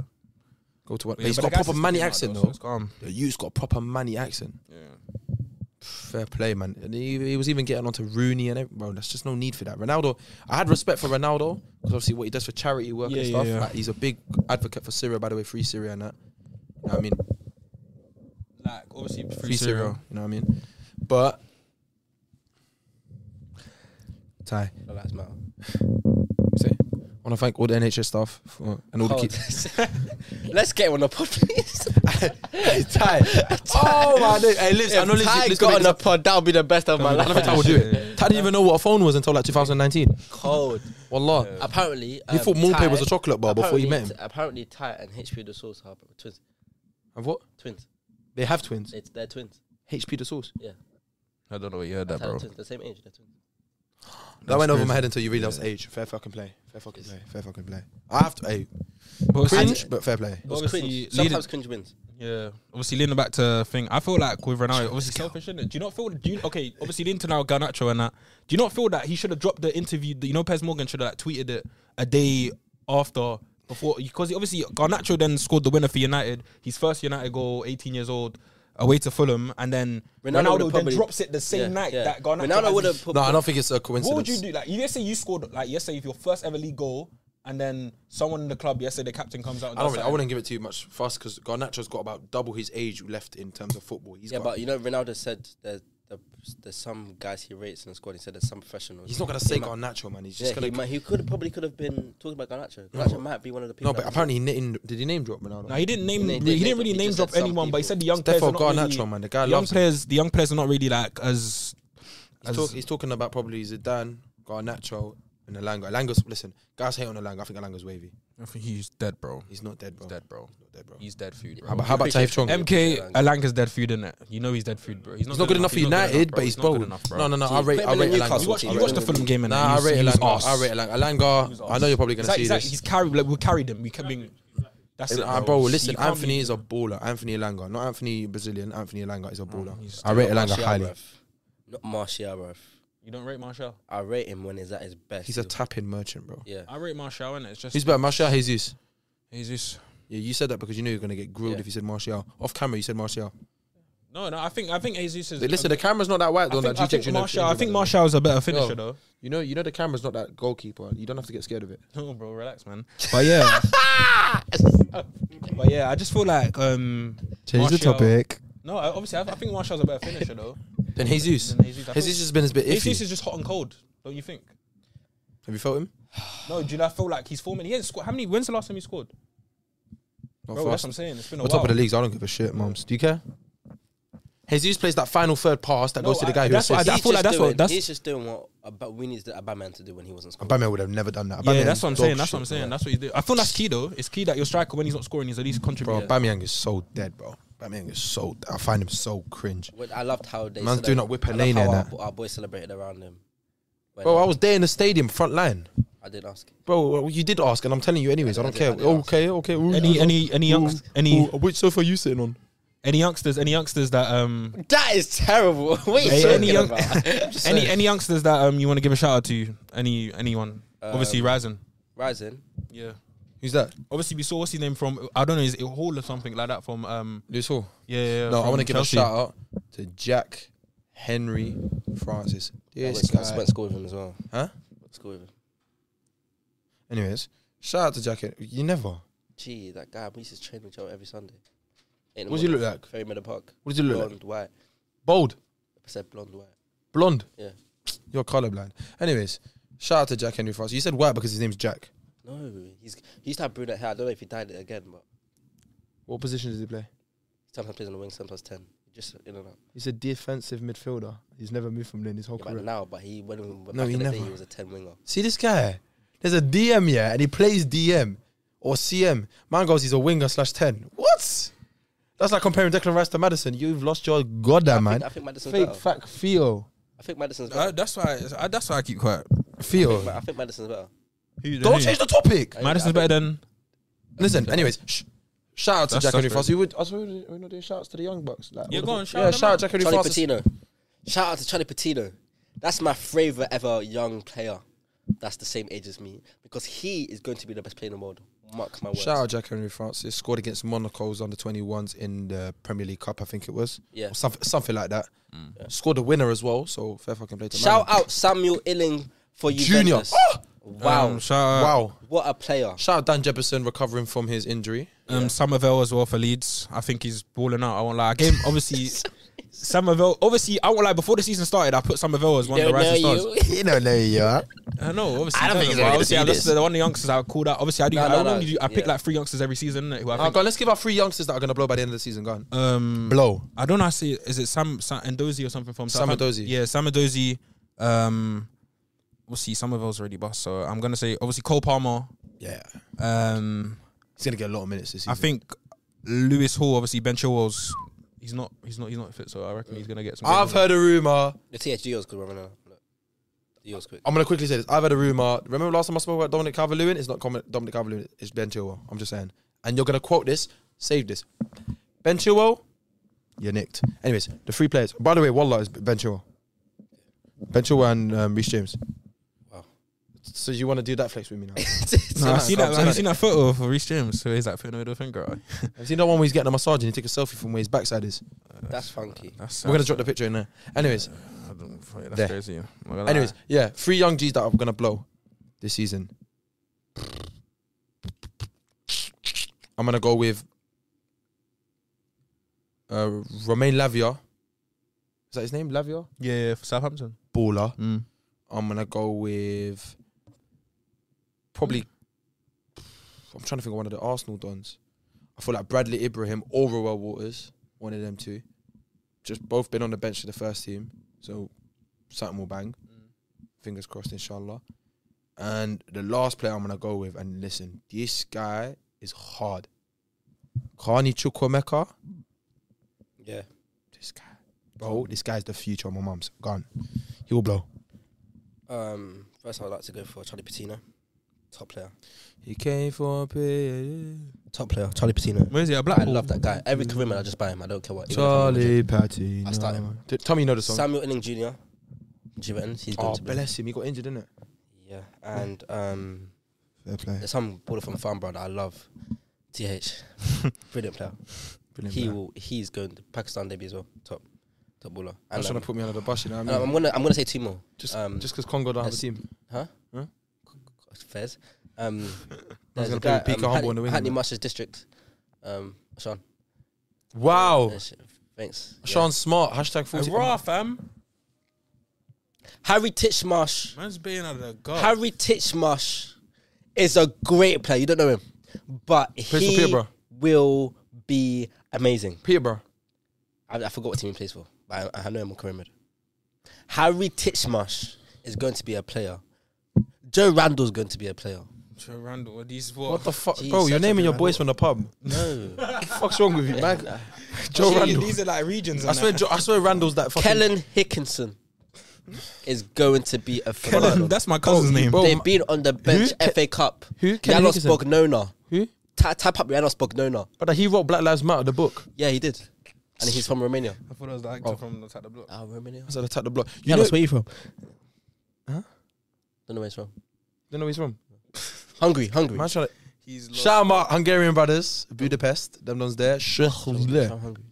B: Go to one.
A: Yeah,
B: he's
A: but
B: got
A: the guy's
B: proper
A: sister
B: manny
A: came out,
B: accent
A: so
B: though.
A: it's calm.
B: The youth's got proper manny accent.
A: Yeah.
B: Fair play, man. And he, he was even getting onto Rooney and everything. Bro, there's just no need for that. Ronaldo, I had respect for Ronaldo because obviously what he does for charity work
A: Yeah,
B: and
A: yeah,
B: stuff.
A: yeah.
B: Like, he's a big advocate for Syria, by the way, free Syria and that. You know what I mean?
A: Like obviously free,
B: Free Syria.
A: cereal.
B: You know what I mean? But. Ty,
C: Relax, man.
B: say, I want to thank all the NHS staff for, and all the
C: Oh,
B: kids.
C: Let's get on the pod, please.
B: Ty. Oh, my days. Hey, listen, I know
C: If
B: listen,
C: Ty
B: listen,
C: got on
B: listen.
C: the pod, that would be the best of my
B: I don't
C: life.
B: think Ty would do it. Ty didn't even know what a phone was until like 2019.
C: Cold.
B: Wallah.
C: Apparently,
B: He
C: um,
B: thought Moonpay
C: Ty-
B: was a chocolate bar before he met
C: apparently- Apparently,
B: him.
C: Ty and HP the Source are twins.
B: And what?
C: Twins.
B: They have twins.
C: It's they're twins.
B: HP the sauce.
A: I don't know what you heard that,
C: Ty are
A: bro.
C: twins. The same age. They're twins.
B: That went over
A: crazy.
B: my head until you realised age. Fair fucking play. Fair fucking play. Fair fucking play. I have to. Hey,
A: But
B: cringe, but fair play.
C: It was
A: Obviously,
C: cringe.
A: leading-
C: Sometimes cringe wins.
A: Yeah, obviously leaning back to thing. I feel like with Ronaldo, obviously selfish, isn't it? Do you not feel? Do you okay? Obviously leaning to now Garnacho and that. Do you not feel that he should have dropped the interview? That, you know, Pez Morgan should have like, tweeted it a day after before because obviously Garnacho then scored the winner for United. His first United goal, 18 years old, away to Fulham, and then
C: Ronaldo
A: Ronaldo,
C: would've
A: then
C: probably-
A: drops it the same
C: Yeah,
A: night
C: yeah.
A: that Garnacho.
C: Ronaldo
A: has
C: would
A: his-
C: have put.
B: No, I don't think it's a coincidence.
A: What would you do? Like, you- let's say you scored like yesterday, if your first ever league goal, and then someone in the club yesterday, the captain comes out. And
B: I,
A: does
B: don't, really- I
A: something.
B: wouldn't give it too much fuss because Garnacho's got about double his age left in terms of football. He's
C: Yeah,
B: got,
C: but you know, Ronaldo said there's, there's some guys he rates in the squad. He said there's some professionals.
B: he's not gonna
C: He
B: say
C: might-
B: Garnacho, man. He's
C: Yeah,
B: just
C: he,
B: gonna.
C: might, he could probably could have been talking about Garnacho. Garnacho might be one of the people.
B: no, but
C: that-
B: apparently he name, did he name drop Ronaldo?
A: No, he didn't name.
C: He
A: He,
C: didn't
A: didn't
C: name-
A: really
C: he
A: name
C: just
A: drop
C: said some
A: anyone, but he
C: people.
A: said the young players
B: Stefan
A: are not really,
B: Garnacho, man, the guy
A: young
B: loves him.
A: players, the young players are not really like as.
B: he's, talk, he's talking about probably Zidane, Garnacho, and Alanga. Alanga's listen, guys hate on Alanga. I think Alanga's wavy.
A: I think he's dead, bro.
B: He's not dead, bro.
A: He's dead, bro.
B: He's not dead, bro.
A: He's dead food,
B: How
A: bro.
B: about, how about Taif Chong?
A: MK Alanga's dead food, innit? You know he's dead food, bro.
B: He's not good enough for United, but he's bold. No, no, no. I rate, I
C: Played
B: rate
C: in
B: Elanga.
C: Newcastle.
A: You watched, you
C: I
A: watched
C: rate
A: the Fulham game, and
B: Nah, I rate
A: he was
B: Elanga.
A: arse.
B: I rate Elanga. Elanga, I know you're probably
A: He's
B: gonna
A: like,
B: see
A: he's like,
B: this.
A: he's carried. Like, we carried him. We kept being. That's it,
B: Uh,
A: bro.
B: bro,
A: You
B: listen,
A: can't
B: Anthony
A: be-
B: is a baller. Anthony Elanga, not Anthony Brazilian. Anthony Elanga is a baller.
A: he's
B: I rate Elanga
C: Martial,
B: highly.
C: bruv. Not Martial, bruv.
A: You don't rate Martial.
C: I rate him when he's at his best.
B: He's a tapping merchant, bro.
C: yeah.
A: I rate Martial, and it's just
B: Who's better, Martial or Jesus?
A: he's just.
B: Yeah, you said that because you knew you were gonna get grilled
C: Yeah.
B: if you said Martial. Off camera, you said Martial.
A: No, no. I think I think Jesus is.
B: Listen, the camera's not that
A: I
B: wide on
A: think,
B: that
A: I think
B: G check. You know,
A: Martial. I think Martial is a better finisher,
B: Yo.
A: though.
B: You know, you know the camera's not that goalkeeper. You don't have to get scared of it.
A: No, bro, relax, man. But yeah, but yeah, I just feel like um. Martial- No, I- obviously, I, I think Martial's a better finisher though.
B: Then Jesus.
A: Than Jesus, I think-
B: Jesus has been a bit
A: Jesus
B: iffy.
A: is just hot and cold, don't you think?
B: Have you felt him?
A: No, do you not feel like he's forming? He hasn't scored. How many? When's the last time he scored?
B: Not
A: Bro,
B: fast.
A: that's what I'm saying. It's been a
B: We're
A: while.
B: top of the leagues. I don't give a shit, mums. Do you care? Jesus plays that final third pass that
A: No,
B: goes to the
A: I-
B: guy who
A: that's what
B: assists.
A: I feel like that's what-
C: doing,
A: that's-
C: he's just doing what Ab- we need a man to do when he wasn't scoring.
B: Aubameyang would have never done that.
A: Yeah,
B: Aubameyang's
A: that's what I'm
B: dog
A: saying. That's
B: shit,
A: what I'm saying.
B: bro.
A: That's what you do. I feel that's key though. It's key that your striker, when he's not scoring, he's at least
B: Bro,
A: contributing.
B: Aubameyang is so dead, bro. Aubameyang is so. I find him so cringe.
C: Well, I loved how they.
B: Man's
C: celeb-
B: doing that whip
C: I
B: and
C: love
B: lane
C: how
B: and
C: our,
B: that.
C: bo- our boys celebrated around him. When,
B: Bro, I
C: um,
B: was there in the stadium, front line.
C: I did ask.
B: Bro, well, you did ask, and I'm telling you anyways. I don't
C: I
B: care.
C: did- I did ask.
B: Okay, okay. ooh,
A: Any,
B: ooh,
A: any, any, young,
B: ooh,
A: any,
B: ooh, which sofa are you sitting on?
A: any youngsters, any youngsters that um,
C: That is terrible. what are you
A: Hey,
C: talking
A: any young-
C: about?
A: any, any youngsters that um, you want to give a shout out to? Any, anyone? obviously, Ryzen.
C: Rising.
A: Yeah.
B: Um, Who's that?
A: Obviously, we saw what's his name from. I don't know, is it Hall or something like that from. Um,
B: Lewis Hall.
A: yeah, yeah, yeah,
B: No, I
A: from
B: want to give a
A: Chelsea.
B: shout out to Jack Henry Francis.
C: I
B: This
C: went, I
B: guy.
C: went to school with him as well.
B: Huh?
C: Went to School with him.
B: Anyways, shout out to Jack. Hen- You never.
C: Gee, that guy. We used to train with each other every Sunday. Eight in the
B: What does he
C: morning.
B: look like?
C: Ferry Meadow Park.
B: What does he look
C: blonde,
B: like?
C: white.
B: Bold,
C: I said blonde, white.
B: blonde.
C: Yeah.
B: You're colorblind. Anyways, shout out to Jack Henry Francis. You said white because his name's Jack.
C: No, he's he used to have brunette hair. I don't know if he dyed it again, but
B: What position does he play?
C: sometimes plays on the wing, sometimes ten. Just in and out.
B: He's a defensive midfielder. He's never moved from there in his whole
C: Yeah, but now, but he when, when
B: No,
C: back
B: he
C: in the day,
B: never.
C: he was a ten winger.
B: See this guy? There's a DM, yeah, and he plays DM. or CM. Man goes, he's a winger slash ten. What? That's like comparing Declan Rice to Madison. You've lost your goddamn
C: I
B: man.
C: think, I think Madison's
B: Fake
C: better.
B: fact Theo.
C: I think Madison's
A: Uh,
C: better.
A: that's why. I, that's why I keep quiet.
C: Ma- I
B: Theo.
C: think Madison's better.
B: Don't change the topic.
A: Madison's better than. um,
B: Listen, anyways, sh- shout out to
A: That's
B: Jack Henry
A: suspect.
B: Fast. We would, I suppose we- we're not doing shouts to the Young Bucks. Like,
A: Yeah,
B: what
A: go
B: the-
A: on, shout
B: yeah,
A: them
B: shout out
A: out.
B: Jack Henry
C: Charlie
B: Fast.
C: Patino. Shout out to Charlie Patino. That's my favorite ever young player. That's the same age as me because he is going to be the best player in the world. Mark my words.
B: Shout out Jack Henry Francis. Scored against Monaco's under 21s in the Premier League Cup, I think it was.
C: Yeah.
B: Or something, something like that. Scored a winner as well, so fair fucking play to
C: Shout
B: Man.
C: out Samuel Illing for you.
B: Junior. Oh!
C: Wow.
A: Um, shout out,
B: Uh, wow.
C: what a player.
B: Shout out Dan Jefferson recovering from his injury.
A: um, Somerville as well for Leeds. I think he's balling out. I won't lie. I gave him- obviously Somerville. Obviously, I won't lie. Before the season started, I put Somerville as one of the rising stars.
B: you know, there you are.
A: I know, obviously.
C: I don't
A: you
C: think he's
A: know,
C: gonna
A: obviously,
C: do
A: I
C: this.
A: just, the one of the youngsters I called out. Obviously, I do.
C: No,
A: I,
C: no,
A: don't
C: no.
A: normally do- I pick
C: Yeah.
A: like three youngsters every season, innit, who I
B: Oh,
A: think.
B: God, let's give our three youngsters that are going to blow by the end of the season. Go on.
A: Um,
B: blow.
A: I don't know. how to say it. Is it Sam, Sam Ndozi or something from
B: Sam
A: Southampton?
B: Ndozi.
A: Yeah, Sam Ndozi. Um, we'll see. Somerville's already bust, so I'm gonna say obviously Cole Palmer.
B: Yeah.
A: Um,
B: He's going to get a lot of minutes this season.
A: I think Lewis Hall. Obviously Ben Chilwell's. He's not. He's not. He's not fit. So I reckon he's gonna get some.
B: I've heard a rumor.
C: The THG was good, Romano. Look. Yours quick.
B: I'm going to quickly say this. I've heard a rumor. Remember last time I spoke about Dominic Calvert Lewin? It's not Com- Dominic Calvert Lewin, it's Ben Chilwell. I'm just saying. And you're going to quote this, save this. Ben Chilwell, you're nicked. Anyways, the three players. By the way, Wallah is Ben Chilwell. Ben Chilwell and um, Reece James.
C: Wow.
B: So you want to do that flex with me now?
A: No, I've
B: Sam-
A: seen that.
B: Sam-
A: Have you seen that photo for Reece James? So he's like putting the middle finger. out.
B: Have you seen that one where he's getting a massage and he took a selfie from where his backside is?
C: That's funky.
A: That's
B: We're going to drop the picture in there. Anyways,
A: I don't, that's
B: There.
A: crazy. I'm not gonna
B: anyways,
A: lie.
B: yeah, three young G's that I'm going to blow this season. I'm going to go with uh, Romain Lavia. Is that his name? Lavia?
A: yeah, yeah, for Southampton.
B: Baller.
A: Mm.
B: I'm gonna go with probably. I'm trying to think of one of the Arsenal dons. I feel like Bradley Ibrahim or Rowell Waters, one of them two. Just both been on the bench for the first team, so something will bang. Fingers crossed, inshallah. And the last player I'm gonna go with, and listen, this guy is hard. Kani Chukwemeka,
C: Yeah.
B: this guy, bro, this guy's the future. of My mum's gone. He will blow.
C: Um, first, I'd like to go for Charlie Patino. Top player.
B: He came for a pay.
C: Top player. Charlie Patino.
A: Where is he? At
C: I
A: Blackpool.
C: love that guy. Every career man, I just buy him. I don't care what. even if I'm injured.
B: Charlie Patino.
C: I start him.
B: D- Tell me you know the song.
C: Samuel Inning Jr. Juventus. He's going
B: oh,
C: to be.
B: bless him. He got injured, didn't it?
C: Yeah. And um,
B: Fair play.
C: there's some baller from Farnborough that I love. TH. Brilliant player. he will. He's going to Pakistan debut as well. Top. Top baller.
B: I'm
C: And,
B: trying
C: um,
B: to put me under the bus, you know
C: and
B: what I mean?
C: I'm gonna. I'm gonna say two more.
B: Just
C: um,
B: just because Congo don't have a
C: let's-
B: team.
C: Fez. Um,
B: Man's
C: there's
B: gonna
C: a
B: play
C: guy,
B: with
C: um,
B: Pika Humble
C: Hackney-
B: on the wing,
C: Hackney
B: man.
C: Marshes District. Um, Sean.
B: Wow.
C: Uh, sh- Thanks. Yeah.
B: Sean Smart. Hashtag 40.
A: Raw, fam.
C: Harry Titchmarsh.
A: Man's being out of the guard.
C: Harry Titchmarsh is a great player. You don't know him, but
B: for
C: he
B: Peterborough.
C: will be amazing.
B: Peterborough.
C: I, I forgot what team he plays for, but I, I know him on career mode. Harry Titchmarsh is going to be a player. Joe Randall's going to be a player.
A: Randall, these
B: What the fuck?
C: Jeez,
B: Bro,
C: such
B: you're
C: a
B: naming your
C: bad
B: boys from the pub.
C: No,
B: What the fuck's wrong with you, man? Joe Randall.
A: These are like regions.
B: I swear, Jo- I swear Randall's that fucking.
C: Kellen Hickinson is going to be a phenomenon.
A: that's my cousin's name.
B: Bro,
C: They've been on the bench FA Cup.
B: who? Kellen
C: Janos
B: Hickinson?
C: Bognona.
B: Who?
C: Ta- type up Janos Bognona.
B: But he wrote Black Lives Matter, the book.
C: Yeah, he did, and he's from Romania.
A: I thought it was the
B: Oh.
A: actor from the the block.
C: Ah, Romania.
B: I said, attack the block. You know,
C: Janos, where you from?
B: Huh?
C: Don't know where he's from.
B: don't know where he's from.
C: Hungry, hungry.
B: Man, trying to.
A: He's
B: Shout out my Hungarian brothers, Budapest. Them dons there. Shechler.
C: I'm hungry.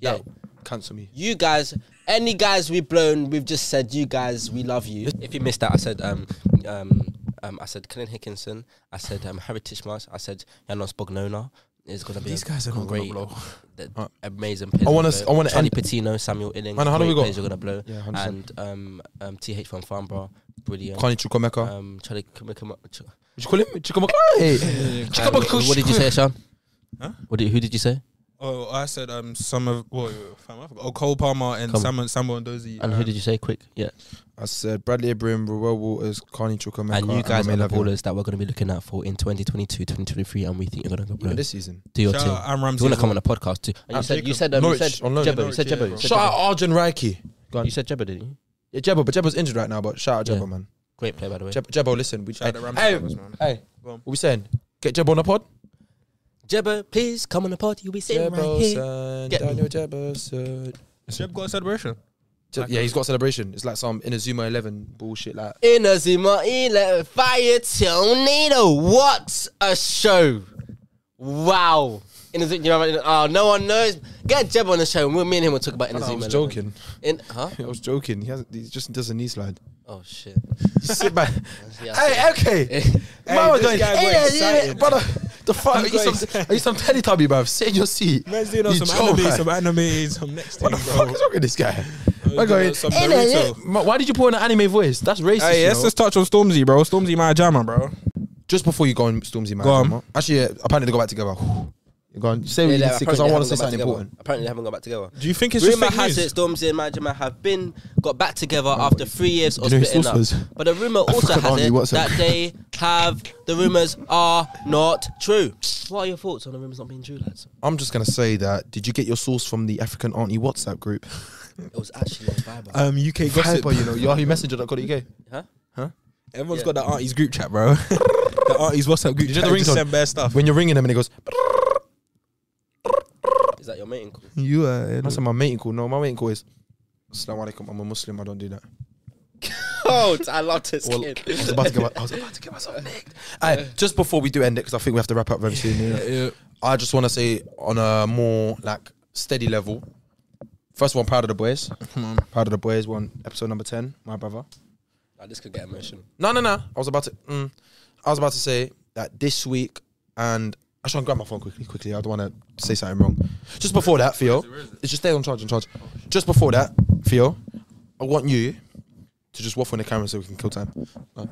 C: Yeah.
B: Yeah. Cancel me.
C: You guys, any guys we've blown, we've just said you guys, we love you. If you missed that, I said um um um I said Colin Hickinson, I said um Harry Titchmarsh, I said Janos Bognona is gonna be
A: These
C: a
A: guys are not gonna
C: great,
A: blow.
C: the-
B: Alright.
C: amazing players.
B: Uh, I wanna
C: to
B: s- I wanna
C: Charlie
B: end-
C: Patino, Samuel Inning,
B: Man, how do
C: great
B: we go?
C: players you're gonna blow.
B: Yeah, 100%.
C: And um um TH from Farnborough, brilliant.
B: Connie Chukwemeka.
C: um Charlie come come up. Ch-
B: What you call him? Chukwemeka. Hey.
C: um, what did you say, Sean?
A: Huh?
C: What did, who did you say?
A: Oh, I said um some of well, fam, I forgot. Oh, Cole Palmer and
C: Come on.
A: Sam Samuel Dozy. uh,
B: uh,
C: And who did you say? Quick, yeah.
B: I said Bradley Abraham, Roel Waters, Carney Chukwemeka,
C: And you guys are
B: Remy
C: the
B: Lavia.
C: ballers that we're going to be looking out for in 2022, 2023, and we think you're going to go
B: Even
C: bro.
B: this season.
C: Do your
A: Shout
C: thing.
A: out Aaron
C: You
A: Ramsey
C: want to
A: as
C: come
A: well.
C: on a podcast too? And you
B: And
C: said you
B: Jacob.
C: said um, you
B: Norwich
C: said
B: on loan.
C: Jebo, you
A: Norwich,
C: said
A: yeah,
C: Jebo, you said
B: Shout out
C: Jebo.
B: Arjun Reiki.
C: You said Jebo, didn't you?
B: Yeah, Jebo, but Jebo's injured right now. But shout out Jebo,
C: Yeah.
B: man.
C: Great play by the way.
B: Je- Jebo, listen. We, hey,
A: Shout out Ramsey
B: hey,
A: brothers, man.
B: hey,
A: Go on.
B: what we saying? Get Jebo on the pod.
C: Jebo, please come on the pod. You'll be sitting right here.
B: Jeboson,
C: Get me.
B: Daniel Jeboson.
A: Jeb got a celebration.
B: Je- yeah, he's got a celebration. It's like some Inazuma Eleven bullshit. Like
C: In a Zima ele- fire tornado. What a show! Wow. In a Zima, oh, no one knows. Get Jebo on the show, and we'll, me and him will talk about in a
B: I
C: Zima.
B: was
C: 11.
B: joking.
C: In huh?
B: I was joking. He, has, he just does a knee slide.
C: Oh shit.
B: Sit back.
C: Yeah,
B: hey, okay. Man, we're
A: this
B: going.
A: guy got
B: Hey, yeah, yeah,
A: excited.
B: brother. The fuck? Are
A: He
B: you
A: got
B: some?
A: excited.
B: Are you some Teletubby, bruv? Sit in your seat.
A: Man's doing
B: You
A: some
B: joke,
A: anime,
B: man.
A: some anime, some next thing,
B: What the fuck
A: bro.
B: is wrong with this guy? We're
A: doing
B: going.
A: some
B: "Hey, yeah, yeah."
A: Naruto.
B: Ma- Why did you put on an anime voice? That's racist.
A: Hey,
B: you
A: let's
B: know?
A: just touch on Stormzy, bro. Stormzy, my jammer, bro.
B: just before you go on Stormzy, man.
A: Go on.
B: Gemma. Actually, yeah, apparently they go back together. go on. Say what you
C: Yeah,
B: need because I
C: apparently
B: want to
C: they
B: say
C: haven't got back
B: something
C: together.
B: important.
C: Apparently, they haven't got back together.
A: Do you think it's just
C: Rumor
A: fake
C: has
A: news?
C: it Stormzy and Majima have been got back together after three years of
B: you know who
C: splitting up.
B: source was?
C: But the rumor also
B: forgot
C: has
B: Arnie
C: it
B: Watson.
C: that they have the rumors are not true. What are your thoughts on the rumors not being true, lads?
B: I'm just gonna say that. Did you get your source from the African Auntie WhatsApp group?
C: It was actually on Viber.
A: Um, UK gossip.
B: Hyper, you know, Yahoo Messenger. Got it, UK.
C: huh?
A: Everyone's
C: Yeah.
A: got that aunties group chat, bro. the aunties WhatsApp group
B: You did
A: chat.
B: the
A: they just
B: ringtone.
A: send bare stuff.
B: When you're ringing him and he goes,
C: Is that your mating call?
A: You are. eh,
B: "That's my mating call." No, my mating call is. Assalamu alaikum. I'm a Muslim. I don't do that.
C: Oh, I love this
B: Well, I was about to get, my, I was about to get myself nicked. Aye, just before we do end it, because I think we have to wrap up very soon. yeah. I just want to say on a more like steady level. First one, proud of the boys. Proud of the boys. One episode number ten. My brother.
C: this could get emotional.
B: No, no, no. I was about to. Mm, I was about to say that this week, and I should grab my phone quickly. Quickly, I don't want to say something wrong. Just before that, Theo, it's just stay on charge and charge. Just before that, Theo, I want you to just waffle on the camera so we can kill time. Uh,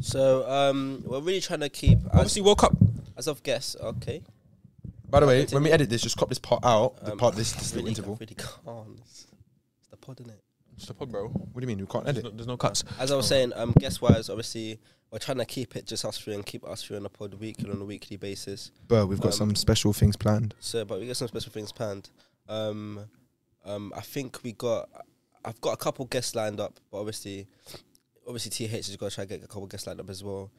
C: So, um, we're really trying to keep as,
A: Obviously, World Cup.
C: as of guess. Okay.
B: by the way, when we edit this, just cop this part out. The
C: Um,
B: part this, this
C: I
B: little
C: really,
B: interval.
C: I really can't. It's, it's the pod, is it?
A: It's the pod, bro.
B: What do you mean we can't edit?
A: There's no cuts.
C: As I was saying, um, guest wise, obviously, we're trying to keep it just us three and keep us three on the pod weekly on a weekly basis.
B: But we've got
C: Um,
B: some special things planned.
C: So, but we got some special things planned. Um, um, I think we got. I've got a couple guests lined up, but obviously, obviously TH has got to try to get a couple guests lined up as well.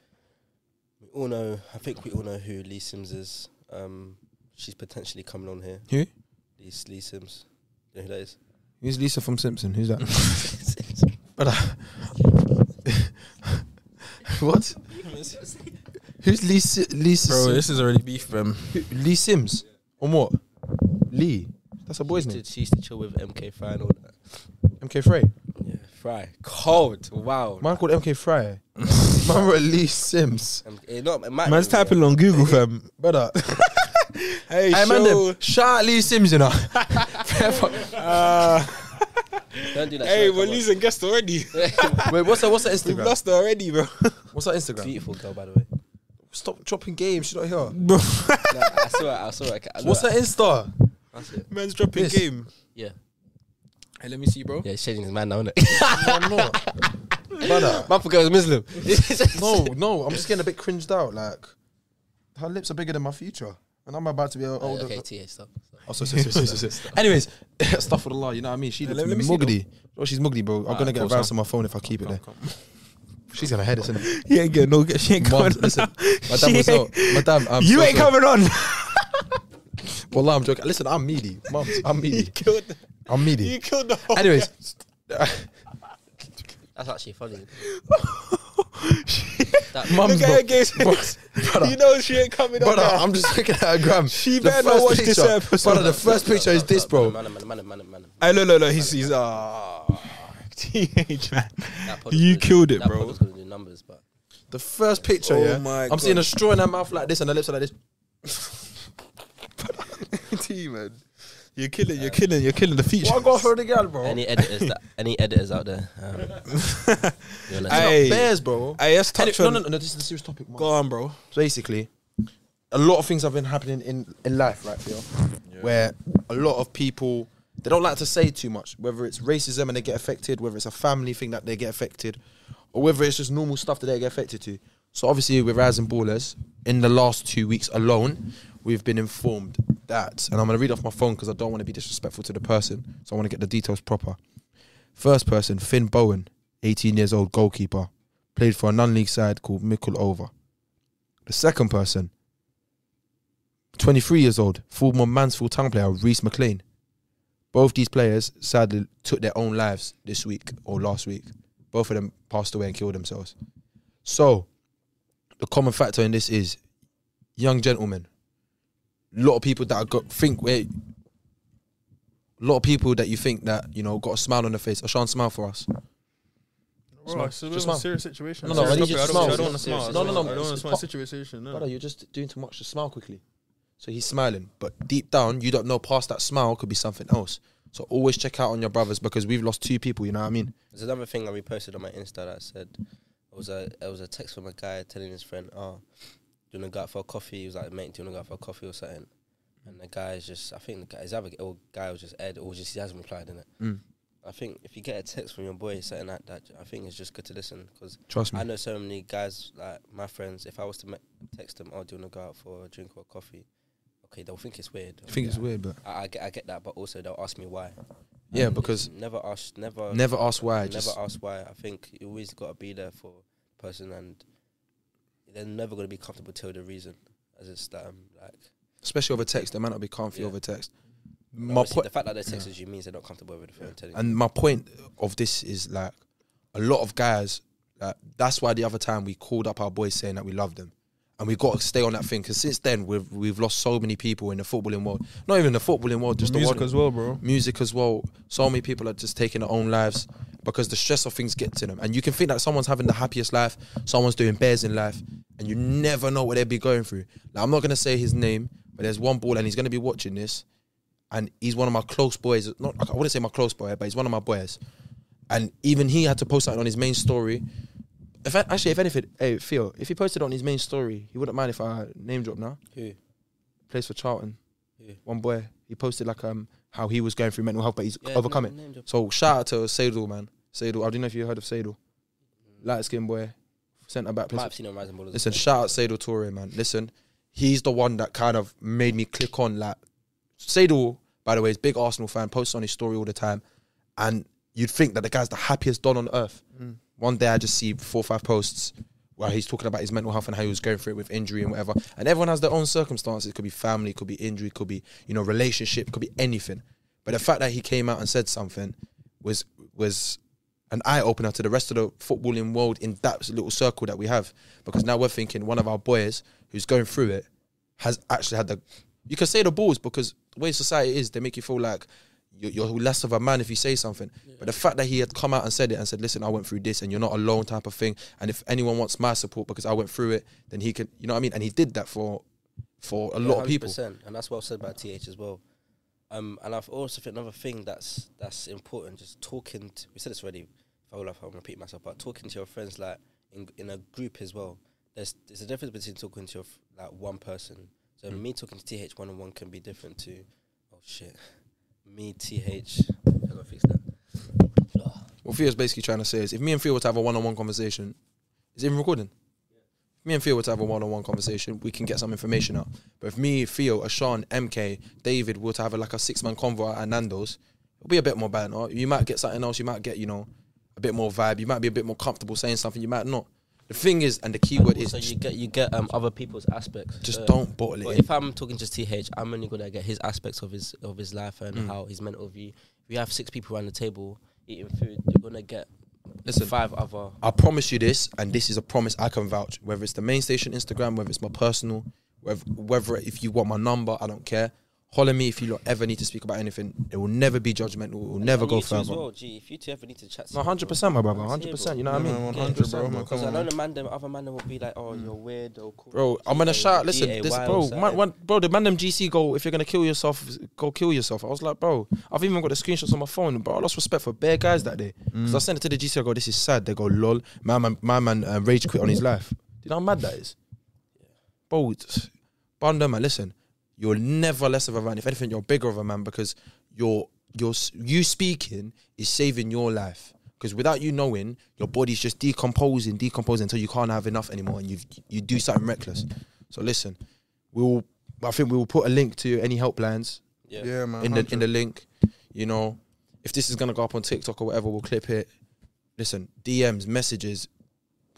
C: We all know. I think we all know who Lee Sims is. Um, she's potentially coming on here.
B: Who?
C: Lee, Lee Sims. You know who that is?
B: Who's Lisa from Simpson? Who's that? but, uh, what? Who's Lisa? Lisa.
A: Bro,
B: Sim-
A: this is already beef, man.
B: Who- Lee Sims on what? Lee. That's a boy's
C: she,
B: name.
C: used to, she used to chill with MK Fry and all that.
B: MK Fry.
C: Yeah, Fry. Cold. Wow.
B: Mine called MK Fry. Mine wrote Lee Sims.
C: Um, eh, no, it might
A: Man's
C: be, yeah.
A: typing on Google, fam.
B: Brother.
A: Hey,
B: Hey, man,
A: show.
B: them. shout out Lee Sims, you know.
A: Uh,
C: Don't do that.
A: hey, we're
C: sorry, come on.
A: losing guests already.
B: Wait, what's her, what's her
A: We've
B: Instagram?
A: lost already, bro.
B: What's her Instagram?
C: Beautiful girl, by the way.
B: Stop dropping games. She's not here.
A: bro.
C: No, I saw it. I saw it. I
B: What's her
C: that?
B: Insta?
A: Man's dropping
B: This.
A: game.
C: Yeah.
A: Hey, let me see, bro.
C: Yeah, he's changing his man now, isn't it?
B: No, I'm not. Brother.
C: man forgot he was Muslim.
B: No, no. I'm just getting a bit cringed out. Like, her lips are bigger than my future. And I'm about to be an
C: Oh,
B: older.
C: okay, TH, stop. stop.
B: Oh, sorry, sorry, sorry, sorry, sorry. Anyways, stuff for the law, you know what I mean? She
A: Yeah,
B: looks
A: let- let me see
B: muggedy. Oh, she's muggedy, bro. I'm
A: Alright,
B: gonna get a
A: cool,
B: virus on
A: son.
B: my phone if I keep it there.
A: Come,
B: She's gonna head us in.
A: He ain't getting no guests. She ain't
B: Mom,
A: coming on.
B: listen, Madame,
A: She
B: what's up?
A: ain't-
B: Madame, I'm
A: You
B: so
A: ain't
B: sorry.
A: coming on.
B: Well, I'm joking. Listen, I'm meaty, mum. I'm
A: You
B: meaty.
A: killed.
B: I'm
A: You
B: meaty.
A: killed the whole.
B: Anyways,
C: That's actually funny.
A: Look at
B: mum's
A: her
B: not.
A: gaze.
B: Brother.
A: You know she ain't coming on.
B: Brother,
A: now.
B: I'm just looking at her gram.
A: She
B: The
A: better not
B: first
A: watch this
B: picture-
A: episode.
B: Brother, the first picture is this, bro.
C: Man, man, man, man, man.
A: Hey, look, look, look. He's he's ah. TH man,
C: That pod was
A: you
C: gonna do-
A: killed it,
C: that pod
A: bro.
C: was gonna do numbers, but
B: The first picture,
A: Oh
B: yeah.
A: my
B: I'm
A: God.
B: seeing a straw in her mouth like this and her lips are like this. T, man.
A: You're killing, you're killing, you're killing the feature.
B: What I got for the girl, bro?
C: any editors, that, any editors out there? Um, you're listening.
A: Hey.
B: Bears, bro.
A: Hey, let's
B: Any-
A: touch
B: no,
A: on.
B: no, no, no. This is a serious topic. man.
A: Go on, bro.
B: basically, a lot of things have been happening in, in life, right, Phil? Where a lot of people They don't like to say too much, whether it's racism and they get affected, whether it's a family thing that they get affected, or whether it's just normal stuff that they get affected to. So obviously, with Rising Ballers, in the last two weeks alone, we've been informed that, and I'm going to read off my phone because I don't want to be disrespectful to the person, so I want to get the details proper. First person, Finn Bowen, 18 years old goalkeeper, played for a non-league side called Mickle Over. The second person, 23 years old, former Mansfield Town player Reese McLean. Both these players sadly took their own lives this week or last week. Both of them passed away and killed themselves. So, the common factor in this is young gentlemen. A lot of people that are got, think wait, a lot of people that you think that you know got a smile on their face. Ashan, smile for us.
E: Bro, it's a bit
B: Just
E: of a
B: smile.
E: serious situation.
B: No, no,
E: Serious
B: I need you to
E: topic.
B: smile.
E: I don't want to smile.
B: No, no, no,
E: I don't want to
B: it's-
E: smile. Situation. no.
B: Brother, you're just doing too much to smile quickly. So he's smiling, but deep down, you don't know past that smile could be something else. So always check out on your brothers because we've lost two people. You know what I mean?
C: There's another thing I reposted on my Insta that I said it was a it was a text from a guy telling his friend, "Oh, do you wanna go out for a coffee?" He was like, "Mate, do you wanna go out for a coffee or something?" And the guy is just, I think the guy, his other g- old guy was just Ed, or just he hasn't replied in it.
B: Mm.
C: I think if you get a text from your boy saying like that, I think it's just good to listen because
B: Trust me.
C: I know so many guys like my friends. If I was to me- text them, "Oh, do you wanna go out for a drink or a coffee?" Okay, they'll think it's weird.
B: I think it's weird, but
C: I, I get, I get that, but also they'll ask me why.
B: yeah,
C: And
B: because
C: never ask, never,
B: never ask why.
C: never
B: just
C: ask why. I think you always got to be there for a person, and they're never gonna be comfortable till the reason. As it's that, um, like
B: especially over text, they might not be comfy
C: Yeah.
B: over text.
C: my
B: My point
C: the fact that they texted you means they're not comfortable over the phone telling you.
B: and my point of this is like a lot of guys. Like, that's why the other time we called up our boys saying that we love them, and we got to stay on that thing because since then we've we've lost so many people in the footballing world. Not even the footballing world, just the
E: music
B: world
E: as well, bro.
B: music as well. So many people are just taking their own lives because the stress of things get to them. And you can think that someone's having the happiest life, someone's doing bears in life, and you never know what they'll be going through. Like, I'm not gonna say his name, but there's one ball, and he's gonna be watching this, and he's one of my close boys. Not I wouldn't say my close boy, but he's one of my boys. And even he had to post that on his main story. If I, actually, if anything, hey Phil, if he posted on his main story, he wouldn't mind if I name drop now
C: Who?
B: plays for Charlton.
C: Yeah.
B: One boy, he posted like um how he was going through mental health, but he's
C: Yeah,
B: overcome it.
C: name- name drop.
B: So shout out to Sadal, man. Sadal, I don't know if you heard of Sadal. Light skinned boy, centre
C: Mm. Might
B: back. Plays
C: have seen on Rising Ballers.
B: Listen, shout out Sadal Toure, man. Listen, he's the one that kind of made me click on like Sadal. By the way, is a big Arsenal fan. Posts on his story all the time, and you'd think that the guy's the happiest don on earth. One day I just see four or five posts where he's talking about his mental health and how he was going through it with injury and whatever. And everyone has their own circumstances. It could be family, could be injury, could be you know relationship, could be anything. But the fact that he came out and said something was was an eye opener to the rest of the footballing world in that little circle that we have. Because now we're thinking one of our boys who's going through it has actually had the. You can say the balls because the way society is, they make you feel like you're, you're less of a man if you say something. But the fact that he had come out and said it and said, "Listen, I went through this, and you're not alone," type of thing. And if anyone wants my support because I went through it, then he can. You know what I mean? And he did that for for a lot of people.
C: 100%, and that's well said by TH as well. Um, and I've also think another thing that's that's important, just talking. To, we said this already. If I will, if I'm repeat myself, but talking to your friends like in in a group as well. There's there's a difference between talking to your, f- like one person. So
B: Mm.
C: me talking to TH one on one can be different to, oh shit, me TH. I gotta fix that.
B: What Theo's basically trying to say is if me and Theo were to have a one on one conversation, is it even recording? If me and Theo were to have a one on one conversation, we can get some information out. But if me, Theo, Ashan, MK, David were to have a, like a six man convo at Nando's, it'll be a bit more bad. No? You might get something else, you might get, you know, a bit more vibe, you might be a bit more comfortable saying something, you might not. The thing is, and the key word is
C: so
B: just,
C: you get you get um, other people's aspects.
B: just
C: So-
B: don't bottle
C: But
B: it. in.
C: if I'm talking just TH, I'm only gonna get his aspects of his of his life and
B: Mm.
C: how his mental view. If you have six people around the table eating food, you're gonna get
B: Listen.
C: five other.
B: I promise you this, and this is a promise I can vouch. Whether it's the main station Instagram, whether it's my personal, whether, whether if you want my number, I don't care. Holler me if you lot ever need to speak about anything. It will never be judgmental. It will never
C: And
B: go
C: you two as
B: further.
C: well, gee, if you two ever need to chat,
B: No, hundred percent, my brother. Hundred percent. You know what I mean?
E: man, 100, bro. Man, come
C: Because I
E: on,
C: know
E: man.
C: the man, them other man, them will be like, oh, you're weird or cool.
B: Bro, I'm gonna
C: G-
B: shout. Listen, this
C: GAY or
B: bro,
C: something.
B: man, one- bro, the Mandem GC goal. If you're gonna kill yourself, go kill yourself. I was like, bro, I've even got the screenshots on my phone, bro. I lost respect for bare guys that day because
C: Mm.
B: I sent it to the GC. I go, this is sad. They go, lol, my man, my man, uh, rage quit on his life. Do you know how mad that is, bro? it's- Bunda, man, listen, you're never less of a man. If anything, you're bigger of a man because you're your s- you speaking is saving your life because without you knowing, your body's just decomposing, decomposing until you can't have enough anymore, and you you do something reckless. So listen, we will. I think we will put a link to any helplines
E: Yeah, man.
B: in the in the link. You know, if this is gonna go up on TikTok or whatever, we'll clip it. Listen, DMs, messages,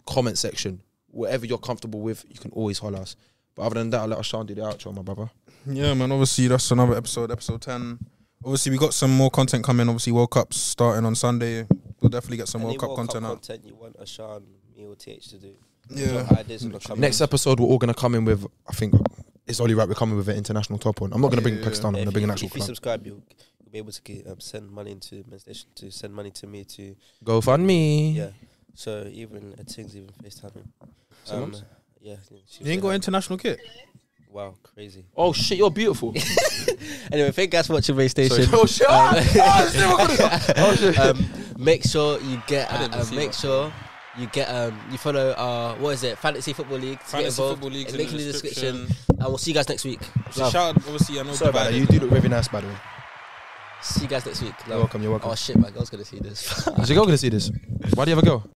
B: comment section, whatever you're comfortable with, you can always holler us. But other than that, I'll let Ashan do the outro, my brother.
E: Yeah, man. Obviously, that's another episode, episode 10. Obviously, we got some more content coming. Obviously, World Cup's starting on Sunday. We'll definitely get some
F: Any
E: World Cup content out.
F: content you want Ashan, me or TH to do.
E: Yeah.
F: Drop ideas in the comments.
B: Next episode, we're all gonna come in with. I think it's only right we're coming with an international top one. I'm not gonna bring
E: Yeah.
B: Pakistan. I'm
F: Yeah,
B: gonna
F: if
B: bring
F: you,
B: an actual
F: if you
B: club.
F: subscribe, you'll, you'll be able to get, um, send money into my station to send money to me to
B: Go fund me.
F: yeah. So even
C: uh,
F: a thing's even FaceTime. Um,
B: Someone's-
F: yeah, she
E: You ain't got
F: said,
E: international kit?
F: Wow, crazy.
B: Oh shit, you're beautiful.
C: Anyway, thank you guys for watching Race Station.
B: oh shit.
C: um, make sure you get uh,
A: didn't
C: uh,
A: see
C: make
A: that.
C: sure you get um you follow uh what is it fantasy football league to get
A: Fantasy
C: involved.
A: Football League's
C: It's
A: in the
C: linked
A: description.
C: and we'll see you guys next week
A: So
C: Love.
A: shout out, obviously, I know
B: Sorry about that.
A: Dubai
B: You
A: did-
B: do look very nice, by the way.
C: see you guys next week
B: You're
C: Love.
B: welcome. You're welcome.
C: oh shit my girl's gonna see this
B: Is your girl gonna see this? Why do you have a girl?